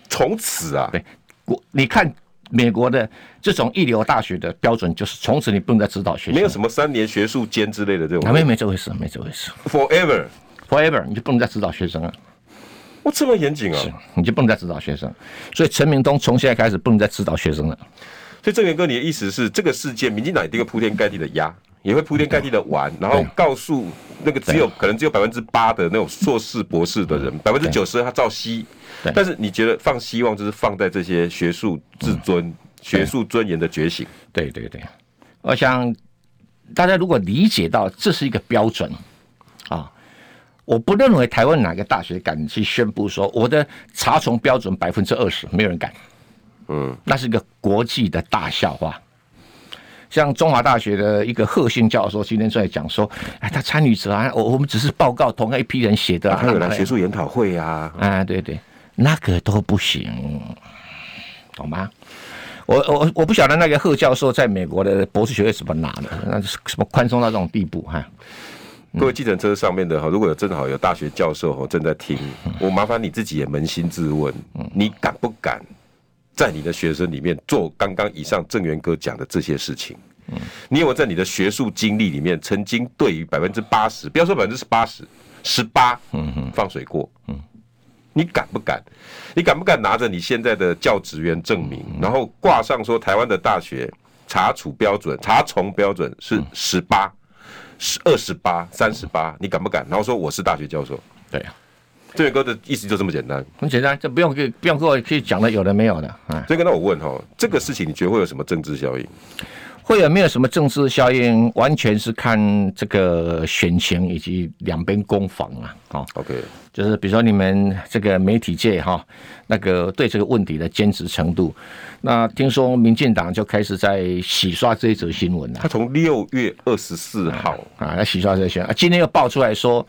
[SPEAKER 1] 从此啊，
[SPEAKER 2] 对，国你看美国的这种一流大学的标准，就是从此你不能再指导学生，
[SPEAKER 1] 没有什么三年学术间之类的这
[SPEAKER 2] 啊，没
[SPEAKER 1] 种
[SPEAKER 2] 没这回事，没这回事
[SPEAKER 1] forever，
[SPEAKER 2] ，forever 你就不能再指导学生了，
[SPEAKER 1] 我这么严谨啊。
[SPEAKER 2] 你就不能再指导学生，所以陈明东从现在开始不能再指导学生了。
[SPEAKER 1] 所以郑源哥，你的意思是，这个事件，民进党一定会铺天盖地的压，也会铺天盖地的玩，然后告诉那个只有嗯可能只有百分之八的那种硕士博士的人，百分之九十他照吸
[SPEAKER 2] 对。
[SPEAKER 1] 但是你觉得放希望就是放在这些学术自尊、学术尊严的觉醒？
[SPEAKER 2] 对对对，我想大家如果理解到这是一个标准啊，我不认为台湾哪个大学敢去宣布说我的查重标准百分之二十，没有人敢。嗯，那是一个国际的大笑话。像中华大学的一个贺信教授今天出来讲说，哎，他参与者啊，我我们只是报告同样一批人写的、啊，
[SPEAKER 1] 他有来
[SPEAKER 2] 哎
[SPEAKER 1] 学术研讨会啊，
[SPEAKER 2] 啊，对对，那个都不行，懂吗？我我我不晓得那个贺教授在美国的博士学位怎么拿的，那是什么宽松到这种地步哈、
[SPEAKER 1] 各位计程车上面的哈，如果有正好有大学教授哈正在听，我麻烦你自己也扪心自问，你敢不敢在你的学生里面做刚刚以上郑源哥讲的这些事情？你有没有在你的学术经历里面曾经对于百分之八十，不要说百分之八十，十八，放水过？你敢不敢？你敢不敢拿着你现在的教职员证明，然后挂上说台湾的大学查处标准、查重标准是十八、十二十八、三十八？你敢不敢？然后说我是大学教授，
[SPEAKER 2] 对啊，
[SPEAKER 1] 郑源哥的意思就这么简单。
[SPEAKER 2] 很简单，这不用给不用给我去讲的有的没有的啊，
[SPEAKER 1] 所以跟到我问哈，这个事情你觉得会有什么政治效应？
[SPEAKER 2] 会有没有什么政治效应，完全是看这个选情以及两边攻防啊，哦，
[SPEAKER 1] OK，
[SPEAKER 2] 就是比如说你们这个媒体界哈，那个对这个问题的坚持程度，那听说民进党就开始在洗刷这一则新闻了、
[SPEAKER 1] 他从六月二十四号，
[SPEAKER 2] 啊，那洗刷这些啊，今天又爆出来说，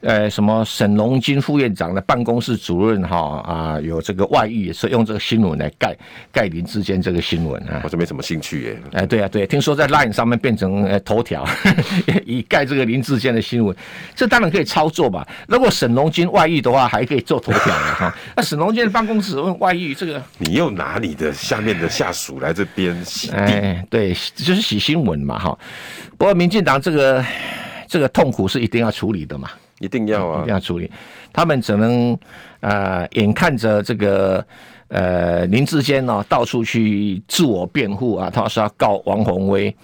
[SPEAKER 2] 呃，什么沈荣金副院长的办公室主任哈啊，有这个外遇，是用这个新闻来盖盖林之间这个新闻啊
[SPEAKER 1] 我。是没什么兴趣耶。
[SPEAKER 2] 哎，对啊，对啊听说在 LINE 上面变成呃头条， 以盖这个林志坚的新闻，这当然可以操作吧。如果沈荣金外遇的话，还可以做头条了哈。那沈荣金的办公室问外遇这个，
[SPEAKER 1] 你又拿你的下面的下属来这边洗地，
[SPEAKER 2] 哎，对，就是洗新闻嘛哈。不过民进党这个这个痛苦是一定要处理的嘛。
[SPEAKER 1] 一定要
[SPEAKER 2] 一
[SPEAKER 1] 啊
[SPEAKER 2] 定！要处理。他们只能呃，眼看着这个呃林志坚呢、到处去自我辩护啊，他说要告王宏威，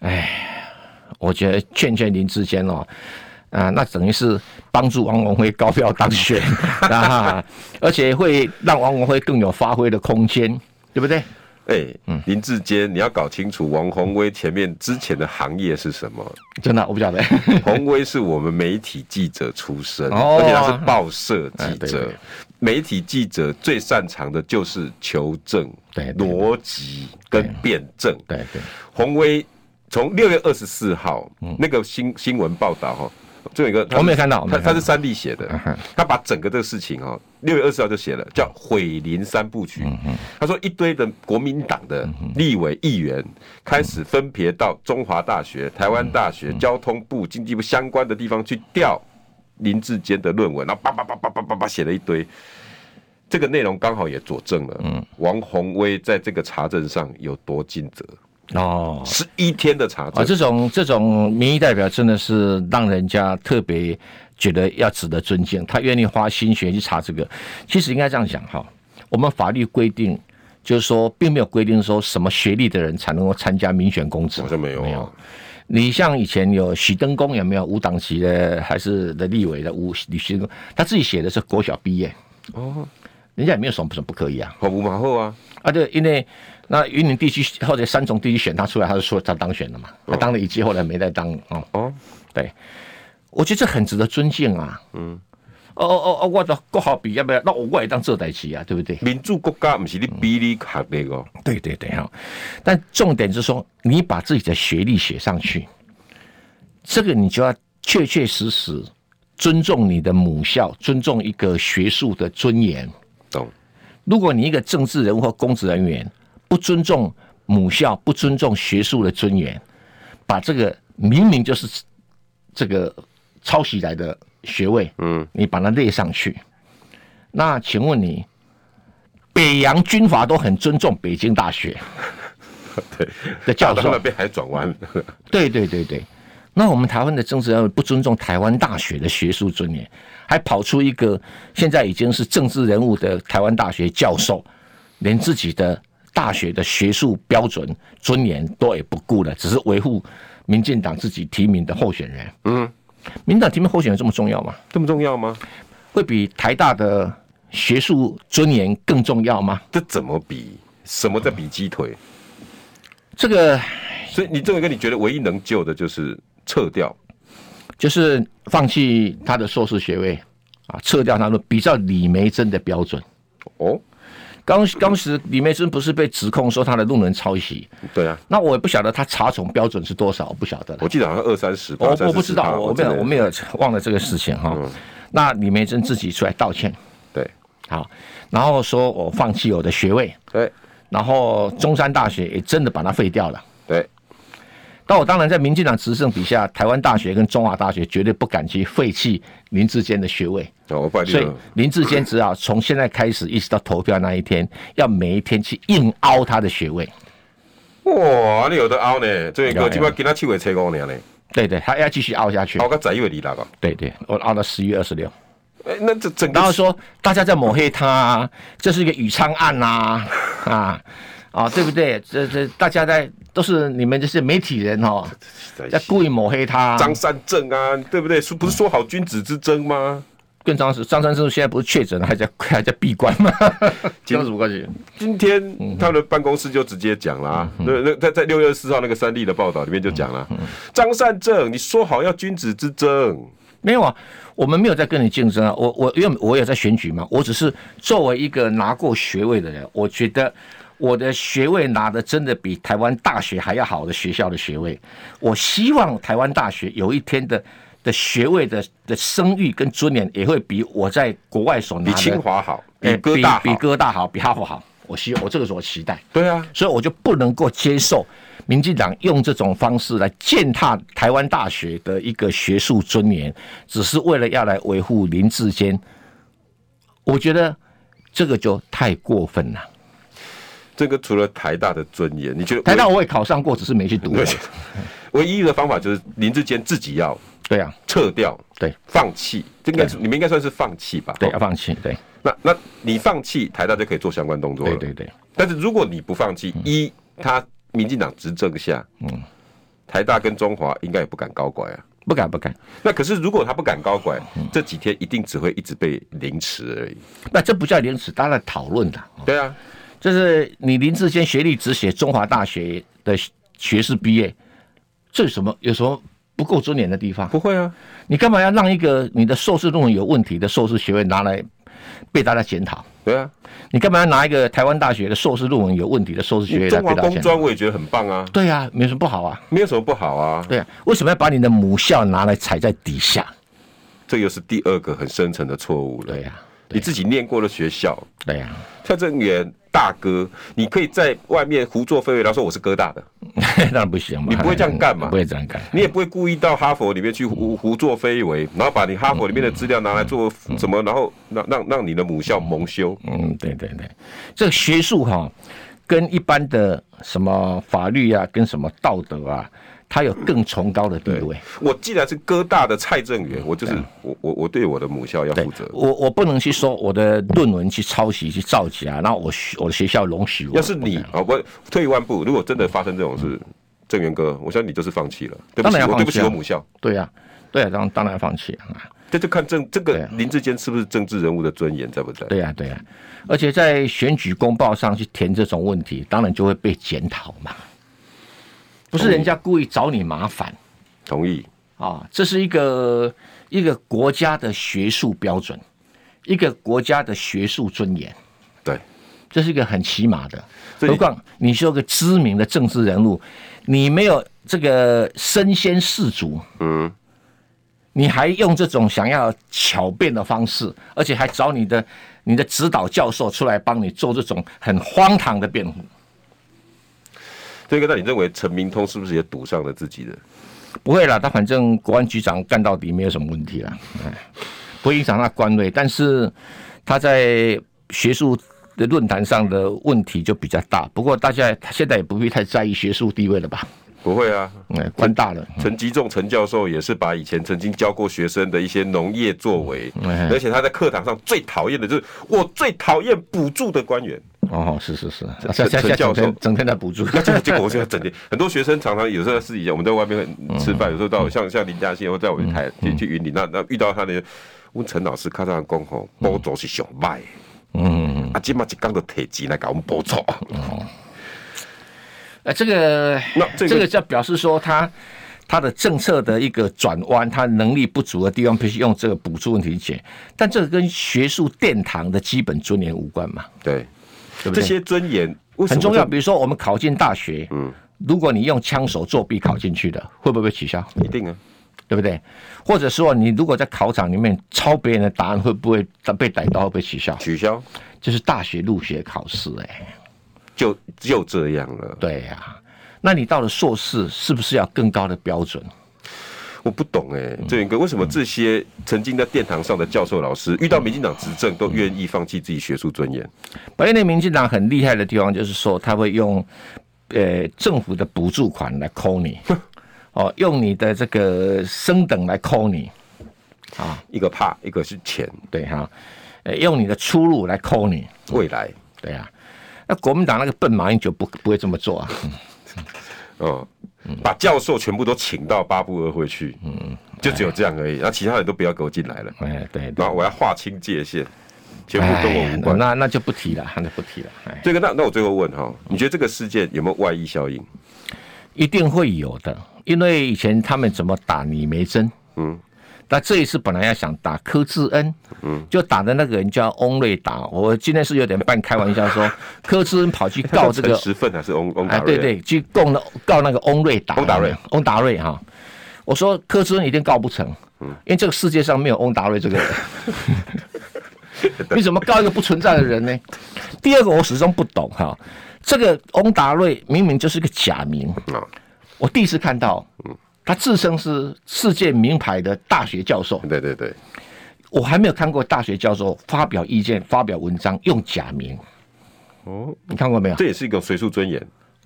[SPEAKER 2] 哎，我觉得劝劝林志坚哦。啊、那等于是帮助王文辉高票当选啊，而且会让王文辉更有发挥的空间，对不对？
[SPEAKER 1] 哎，
[SPEAKER 2] 嗯
[SPEAKER 1] 林志坚，你要搞清楚王宏威前面之前的行业是什么。
[SPEAKER 2] 真的，我不晓得。
[SPEAKER 1] 洪威是我们媒体记者出身，
[SPEAKER 2] 哦
[SPEAKER 1] 而且他是报社
[SPEAKER 2] 哎
[SPEAKER 1] 记
[SPEAKER 2] 对
[SPEAKER 1] 者
[SPEAKER 2] 对。
[SPEAKER 1] 媒体记者最擅长的就是求证、
[SPEAKER 2] 对对
[SPEAKER 1] 逻辑跟辩证。
[SPEAKER 2] 对对，
[SPEAKER 1] 洪威从六月二十四号那个新新闻报道哈，这有一个他是
[SPEAKER 2] 嗯我没有看到我没
[SPEAKER 1] 他
[SPEAKER 2] 有看到嗯
[SPEAKER 1] 他是三立写的
[SPEAKER 2] 哼，嗯
[SPEAKER 1] 他把整个这个事情哦，六月二十号就写了，叫“毁林三部曲”。他说一堆的国民党的
[SPEAKER 2] 嗯
[SPEAKER 1] 立委议员开始分别到中华大学、
[SPEAKER 2] 嗯
[SPEAKER 1] 台湾大学、交通部、经济部相关的地方去调林志坚的论文，然后叭叭叭叭叭叭叭写了一堆。这个内容刚好也佐证了，
[SPEAKER 2] 嗯
[SPEAKER 1] 王宏威在这个查证上有多尽责。
[SPEAKER 2] 哦，
[SPEAKER 1] 十一天的查
[SPEAKER 2] 啊，
[SPEAKER 1] 证，
[SPEAKER 2] 这种这种民意代表真的是让人家特别觉得要值得尊敬，他愿意花心血去查这个。其实应该这样讲哈，我们法律规定就是说并没有规定说什么学历的人才能够参加民选公职，
[SPEAKER 1] 好像没有啊
[SPEAKER 2] 没有。你像以前有许登公有没有无党籍的还是的立委的吴李许登公，他自己写的是国小毕业
[SPEAKER 1] 哦，
[SPEAKER 2] 人家也没有什么什么不可以啊。
[SPEAKER 1] 好五马后啊，
[SPEAKER 2] 啊，对，因为那云林地区或者三重地区选他出来，他就说他当选了嘛，他当了一届，后来没再当哦。
[SPEAKER 1] 哦，
[SPEAKER 2] 对，我觉得这很值得尊敬啊。嗯，哦哦哦哦，我的国好比要不要？那我我也当这代旗啊，对不对？
[SPEAKER 1] 民主国家不是你比你学历哦，
[SPEAKER 2] 对对对哈、但重点是说，你把自己的学历写上去，这个你就要确确实实尊重你的母校，尊重一个学术的尊严。
[SPEAKER 1] 懂？
[SPEAKER 2] 如果你一个政治人物或公职人员不尊重母校，不尊重学术的尊严，把这个明明就是这个抄袭来的学位，嗯，你把它列上去，那请问你，北洋军阀都很尊重北京大学
[SPEAKER 1] 对
[SPEAKER 2] 的教
[SPEAKER 1] 啊到那
[SPEAKER 2] 授，
[SPEAKER 1] 边还转弯，
[SPEAKER 2] 对对对对。那我们台湾的政治人物不尊重台湾大学的学术尊严，还跑出一个现在已经是政治人物的台湾大学教授，连自己的大学的学术标准尊严都也不顾了，只是维护民进党自己提名的候选人。嗯，民进党提名候选人这么重要吗？
[SPEAKER 1] 这么重要吗？
[SPEAKER 2] 会比台大的学术尊严更重要吗？
[SPEAKER 1] 这怎么比？什么在比鸡腿？
[SPEAKER 2] 这个
[SPEAKER 1] 所以你这个你觉得唯一能救的就是撤掉，
[SPEAKER 2] 就是放弃他的硕士学位啊，撤掉他的比照李梅珍的标准。
[SPEAKER 1] 哦，
[SPEAKER 2] 当当时李梅珍不是被指控说她的论文抄袭，
[SPEAKER 1] 对啊，
[SPEAKER 2] 那我也不晓得她查重标准是多少，我不晓得了
[SPEAKER 1] 我。记得好像二三十吧，
[SPEAKER 2] 哦我
[SPEAKER 1] 30
[SPEAKER 2] 我不知
[SPEAKER 1] 吧
[SPEAKER 2] 道，我嗯没有我没
[SPEAKER 1] 有，
[SPEAKER 2] 有忘了这个事情哈。那李梅珍自己出来道歉，
[SPEAKER 1] 对
[SPEAKER 2] 好，然后说我放弃我的学位，
[SPEAKER 1] 对
[SPEAKER 2] 然后中山大学也真的把它废掉了。
[SPEAKER 1] 对，
[SPEAKER 2] 但我当然在民进党执政底下，台湾大学跟中华大学绝对不敢去废弃林志坚的学位。
[SPEAKER 1] 哦，我把你
[SPEAKER 2] 所以林志坚只好从现在开始一直到投票那一天，要每一天去硬凹他的学位。
[SPEAKER 1] 哇，你有得凹呢，这
[SPEAKER 2] 有
[SPEAKER 1] 个
[SPEAKER 2] 啊
[SPEAKER 1] 基本跟他七月初五年呢，
[SPEAKER 2] 对对，他要继续凹下去
[SPEAKER 1] 凹。个十一月二六啊，
[SPEAKER 2] 对对，我凹到十一月二十六。
[SPEAKER 1] 哎，那这整
[SPEAKER 2] 然后
[SPEAKER 1] 个
[SPEAKER 2] 说大家在抹黑他、啊，这是一个宇昌案呐、啊， 啊啊，对不对？这这大家在都是你们这些媒体人哦，在故意抹黑他。
[SPEAKER 1] 张三正啊，对不对？说不是说好君子之争吗？
[SPEAKER 2] 跟张张三生现在不是确诊了，还在还在闭关吗？ 这有什么关系？
[SPEAKER 1] 今
[SPEAKER 2] 嗯
[SPEAKER 1] 天他们的办公室就直接讲啦，那那在在六月四号那个三立的报道里面就讲啦，
[SPEAKER 2] 嗯
[SPEAKER 1] 张善政，你说好要君子之争，
[SPEAKER 2] 没有啊，我们没有在跟你竞争啊。我我因为我也在选举嘛，我只是作为一个拿过学位的人，我觉得我的学位拿的真的比台湾大学还要好的学校的学位。我希望台湾大学有一天的的学位的的声誉跟尊严也会比我在国外所拿
[SPEAKER 1] 比
[SPEAKER 2] 的
[SPEAKER 1] 清华好，
[SPEAKER 2] 哎
[SPEAKER 1] 比哥大
[SPEAKER 2] 比
[SPEAKER 1] 好，
[SPEAKER 2] 哥大好，比哈佛好。我希我这个是我期待，
[SPEAKER 1] 对啊，
[SPEAKER 2] 所以我就不能够接受民进党用这种方式来践踏台湾大学的一个学术尊严，只是为了要来维护林志坚。我觉得这个就太过分了。
[SPEAKER 1] 这个除了台大的尊严，你觉得
[SPEAKER 2] 台大我也考上过，只是没去读而
[SPEAKER 1] 唯
[SPEAKER 2] 已。
[SPEAKER 1] 唯一的方法就是林志坚自己要
[SPEAKER 2] 对啊，
[SPEAKER 1] 撤掉，
[SPEAKER 2] 对
[SPEAKER 1] 放弃，这应该是你们应该算是放弃吧？
[SPEAKER 2] 对，
[SPEAKER 1] 哦
[SPEAKER 2] 要放弃。对
[SPEAKER 1] 那那你放弃，台大就可以做相关动作了。
[SPEAKER 2] 对嗯对对，
[SPEAKER 1] 但是如果你不放弃，一他民进党执政下，嗯，台大跟中华应该也不敢高拐啊。
[SPEAKER 2] 不敢不敢。
[SPEAKER 1] 那可是如果他不敢高拐，
[SPEAKER 2] 嗯
[SPEAKER 1] 这几天一定只会一直被凌迟而已。
[SPEAKER 2] 那这不叫廉耻，大家在讨论的。
[SPEAKER 1] 对啊，
[SPEAKER 2] 就是你林志坚学历只写中华大学的学士毕业，这有什么有什么不够尊严的地方？
[SPEAKER 1] 不会啊，
[SPEAKER 2] 你干嘛要让一个你的硕士论文有问题的硕士学位拿来被大家检讨？
[SPEAKER 1] 对啊。
[SPEAKER 2] 你干嘛要拿一个台湾大学的硕士论文有问题的硕士学位来
[SPEAKER 1] 中华
[SPEAKER 2] 被大家啊
[SPEAKER 1] 工
[SPEAKER 2] 检讨？
[SPEAKER 1] 专我也觉得很棒啊，
[SPEAKER 2] 对啊，没什么不好啊。
[SPEAKER 1] 没有什么不好啊。
[SPEAKER 2] 对啊，为什么要把你的母校拿来踩在底下？
[SPEAKER 1] 这又是第二个很深层的错误了。
[SPEAKER 2] 对呀、
[SPEAKER 1] 你自己念过的学校，
[SPEAKER 2] 对啊呀、
[SPEAKER 1] 蔡正元大哥，你可以在外面胡作非为，然后说我是哥大的，
[SPEAKER 2] 当然不行嘛。
[SPEAKER 1] 你不会这样干嘛
[SPEAKER 2] 不会这样干。
[SPEAKER 1] 你也不会故意到哈佛里面去
[SPEAKER 2] 嗯
[SPEAKER 1] 胡胡作非为，然后把你哈佛里面的资料拿来做什么，然后让让让你的母校蒙羞。
[SPEAKER 2] 嗯，对对对，这个学术哈、跟一般的什么法律啊，跟什么道德啊，他有更崇高的地
[SPEAKER 1] 对
[SPEAKER 2] 位。，
[SPEAKER 1] 我既然是哥大的蔡正元，我就是我我我对我的母校要
[SPEAKER 2] 对
[SPEAKER 1] 负责。
[SPEAKER 2] 我我不能去说我的论文去抄袭去造假，然后我学我的学校容许我。
[SPEAKER 1] 要是你
[SPEAKER 2] 我
[SPEAKER 1] 啊，我退一万步，如果真的发生这种事，正元哥，我相信你就是放弃了，对不
[SPEAKER 2] 当
[SPEAKER 1] 起，
[SPEAKER 2] 然要
[SPEAKER 1] 我
[SPEAKER 2] 放
[SPEAKER 1] 对不起
[SPEAKER 2] 弃啊
[SPEAKER 1] 我母校。
[SPEAKER 2] 对啊，对啊，当当然放弃啊。
[SPEAKER 1] 这就看政这
[SPEAKER 2] 对
[SPEAKER 1] 个
[SPEAKER 2] 啊
[SPEAKER 1] 林志坚是不是政治人物的尊严在不在？
[SPEAKER 2] 对呀、对呀、啊而且在选举公报上去填这种问题，当然就会被检讨嘛。不是人家故意找你麻烦
[SPEAKER 1] 同意，
[SPEAKER 2] 啊，这是一个一个国家的学术标准，一个国家的学术尊严，
[SPEAKER 1] 对，
[SPEAKER 2] 这是一个很起码的。
[SPEAKER 1] 所以
[SPEAKER 2] 何况你是有个知名的政治人物，你没有这个身先士卒，
[SPEAKER 1] 嗯，
[SPEAKER 2] 你还用这种想要巧辩的方式，而且还找你的你的指导教授出来帮你做这种很荒唐的辩护，
[SPEAKER 1] 这个那你认为陈明通是不是也赌上了自己的？
[SPEAKER 2] 不会啦，他反正国安局长干到底没有什么问题啦，哎，不会影响他官位，但是他在学术。的论坛上的问题就比较大，不过大家现在也不必太在意学术地位了吧？
[SPEAKER 1] 不会啊，
[SPEAKER 2] 哎，官大了，
[SPEAKER 1] 陈吉仲陈教授也是把以前曾经教过学生的一些农业作为，
[SPEAKER 2] 哎
[SPEAKER 1] 而且他在课堂上最讨厌的就是我最讨厌补助的官员。
[SPEAKER 2] 哦，是是是，啊
[SPEAKER 1] 陈
[SPEAKER 2] 现在
[SPEAKER 1] 陈
[SPEAKER 2] 现在整
[SPEAKER 1] 教授
[SPEAKER 2] 天整天在补助，
[SPEAKER 1] 那这个结 果我现在整天很多学生常常有时候私底下我们在外面吃饭，有时候
[SPEAKER 2] 嗯
[SPEAKER 1] 到像像林嘉欣或在我们台去去云林，那那遇到他的问陈老师，看到讲吼，补助是上歹的，
[SPEAKER 2] 嗯。
[SPEAKER 1] 啊，今嘛一讲就提钱来给我们补助。
[SPEAKER 2] 呃，这个
[SPEAKER 1] 那这
[SPEAKER 2] 这
[SPEAKER 1] 个
[SPEAKER 2] 个叫表示说他他的政策的一个转弯，他能力不足的地方必须用这个补助问题解，但这个跟学术殿堂的基本尊严无关嘛，
[SPEAKER 1] 对，
[SPEAKER 2] 对不
[SPEAKER 1] 这
[SPEAKER 2] 对？
[SPEAKER 1] 些尊严为什
[SPEAKER 2] 很
[SPEAKER 1] 么
[SPEAKER 2] 重要。
[SPEAKER 1] 这
[SPEAKER 2] 比如说我们考进大学，嗯，如果你用枪手作弊考进去的，会不会被取消？
[SPEAKER 1] 一定啊，
[SPEAKER 2] 对不对？或者说你如果在考场里面抄别人的答案，会不会被逮到？会被取消？
[SPEAKER 1] 取消
[SPEAKER 2] 这是大学入学考试、哎。
[SPEAKER 1] 就就这样了。
[SPEAKER 2] 对呀、那你到了硕士，是不是要更高的标准？
[SPEAKER 1] 我不懂哎，
[SPEAKER 2] 嗯
[SPEAKER 1] 郑源哥，为什么这些曾经在殿堂上的教授老师，遇到民进党执政都愿意放弃自己学术尊严？
[SPEAKER 2] 白内民进党很厉害的地方就是说，他会用呃政府的补助款来扣 你，哦，用你的这个升等来扣你，
[SPEAKER 1] 一个怕，一个是钱，
[SPEAKER 2] 对哈、呃，用你的出路来扣你，
[SPEAKER 1] 未来
[SPEAKER 2] 对啊。那国民党那个笨马英九不不会这么 做啊，
[SPEAKER 1] 哦，把教授全部都请到巴布尔会去，嗯，就只有这样而已，那其他人都不要给我进来了，
[SPEAKER 2] 哎，对，
[SPEAKER 1] 然后我要划清界限，全部跟我
[SPEAKER 2] 哎
[SPEAKER 1] 无，关。
[SPEAKER 2] 那那就不提了，那就不提了，哎，
[SPEAKER 1] 这个，那那我最后问哈，你觉得这个事件有没有外溢效应？
[SPEAKER 2] 一定会有的，因为以前他们怎么打李梅珍，
[SPEAKER 1] 嗯，
[SPEAKER 2] 那这一次本来要想打柯志恩，嗯，就打的那个人叫翁瑞达，我今天是有点半开玩笑说， 柯志恩跑去告这
[SPEAKER 1] 陈
[SPEAKER 2] 个，
[SPEAKER 1] 时分还是翁翁达
[SPEAKER 2] 哎，
[SPEAKER 1] 瑞？
[SPEAKER 2] 对对，去告那告那个翁瑞达，
[SPEAKER 1] 翁达瑞，
[SPEAKER 2] 翁达瑞哈，我说柯志恩一定告不成，嗯，因为这个世界上没有翁达瑞这个 人。你怎么告一个不存在的人呢？第二个，我始终不懂哈，这个翁达瑞明明就是个假名，
[SPEAKER 1] 啊，
[SPEAKER 2] 我第一次看到，
[SPEAKER 1] 嗯
[SPEAKER 2] 他自称是世界名牌的大学教授，
[SPEAKER 1] 对对对，
[SPEAKER 2] 我还没有看过大学教授发表意见、发表文章用假名。
[SPEAKER 1] 哦，
[SPEAKER 2] 你看过没有？
[SPEAKER 1] 这也是一个学术尊严，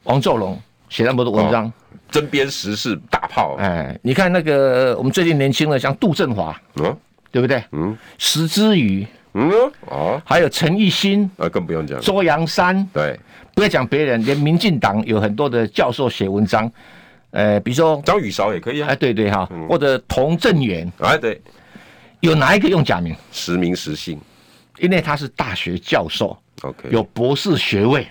[SPEAKER 2] 王兆龙写那么多文章，
[SPEAKER 1] 针砭时事大炮，
[SPEAKER 2] 哎，你看那个我们最近年轻的，像杜振华，
[SPEAKER 1] 嗯
[SPEAKER 2] 对不对？
[SPEAKER 1] 嗯
[SPEAKER 2] 石之宇，
[SPEAKER 1] 嗯哦，
[SPEAKER 2] 还有陈奕新、
[SPEAKER 1] 啊，更不用讲，
[SPEAKER 2] 周扬山，
[SPEAKER 1] 对，
[SPEAKER 2] 不要讲别人，连民进党有很多的教授写文章，呃，比如说，
[SPEAKER 1] 张雨韶也可以
[SPEAKER 2] 哎，
[SPEAKER 1] 啊，
[SPEAKER 2] 对对哈，或者童振源，
[SPEAKER 1] 哎对，
[SPEAKER 2] 有哪一个用假名？
[SPEAKER 1] 实名实姓
[SPEAKER 2] 因为他是大学教授，
[SPEAKER 1] ，OK，
[SPEAKER 2] 有博士学位，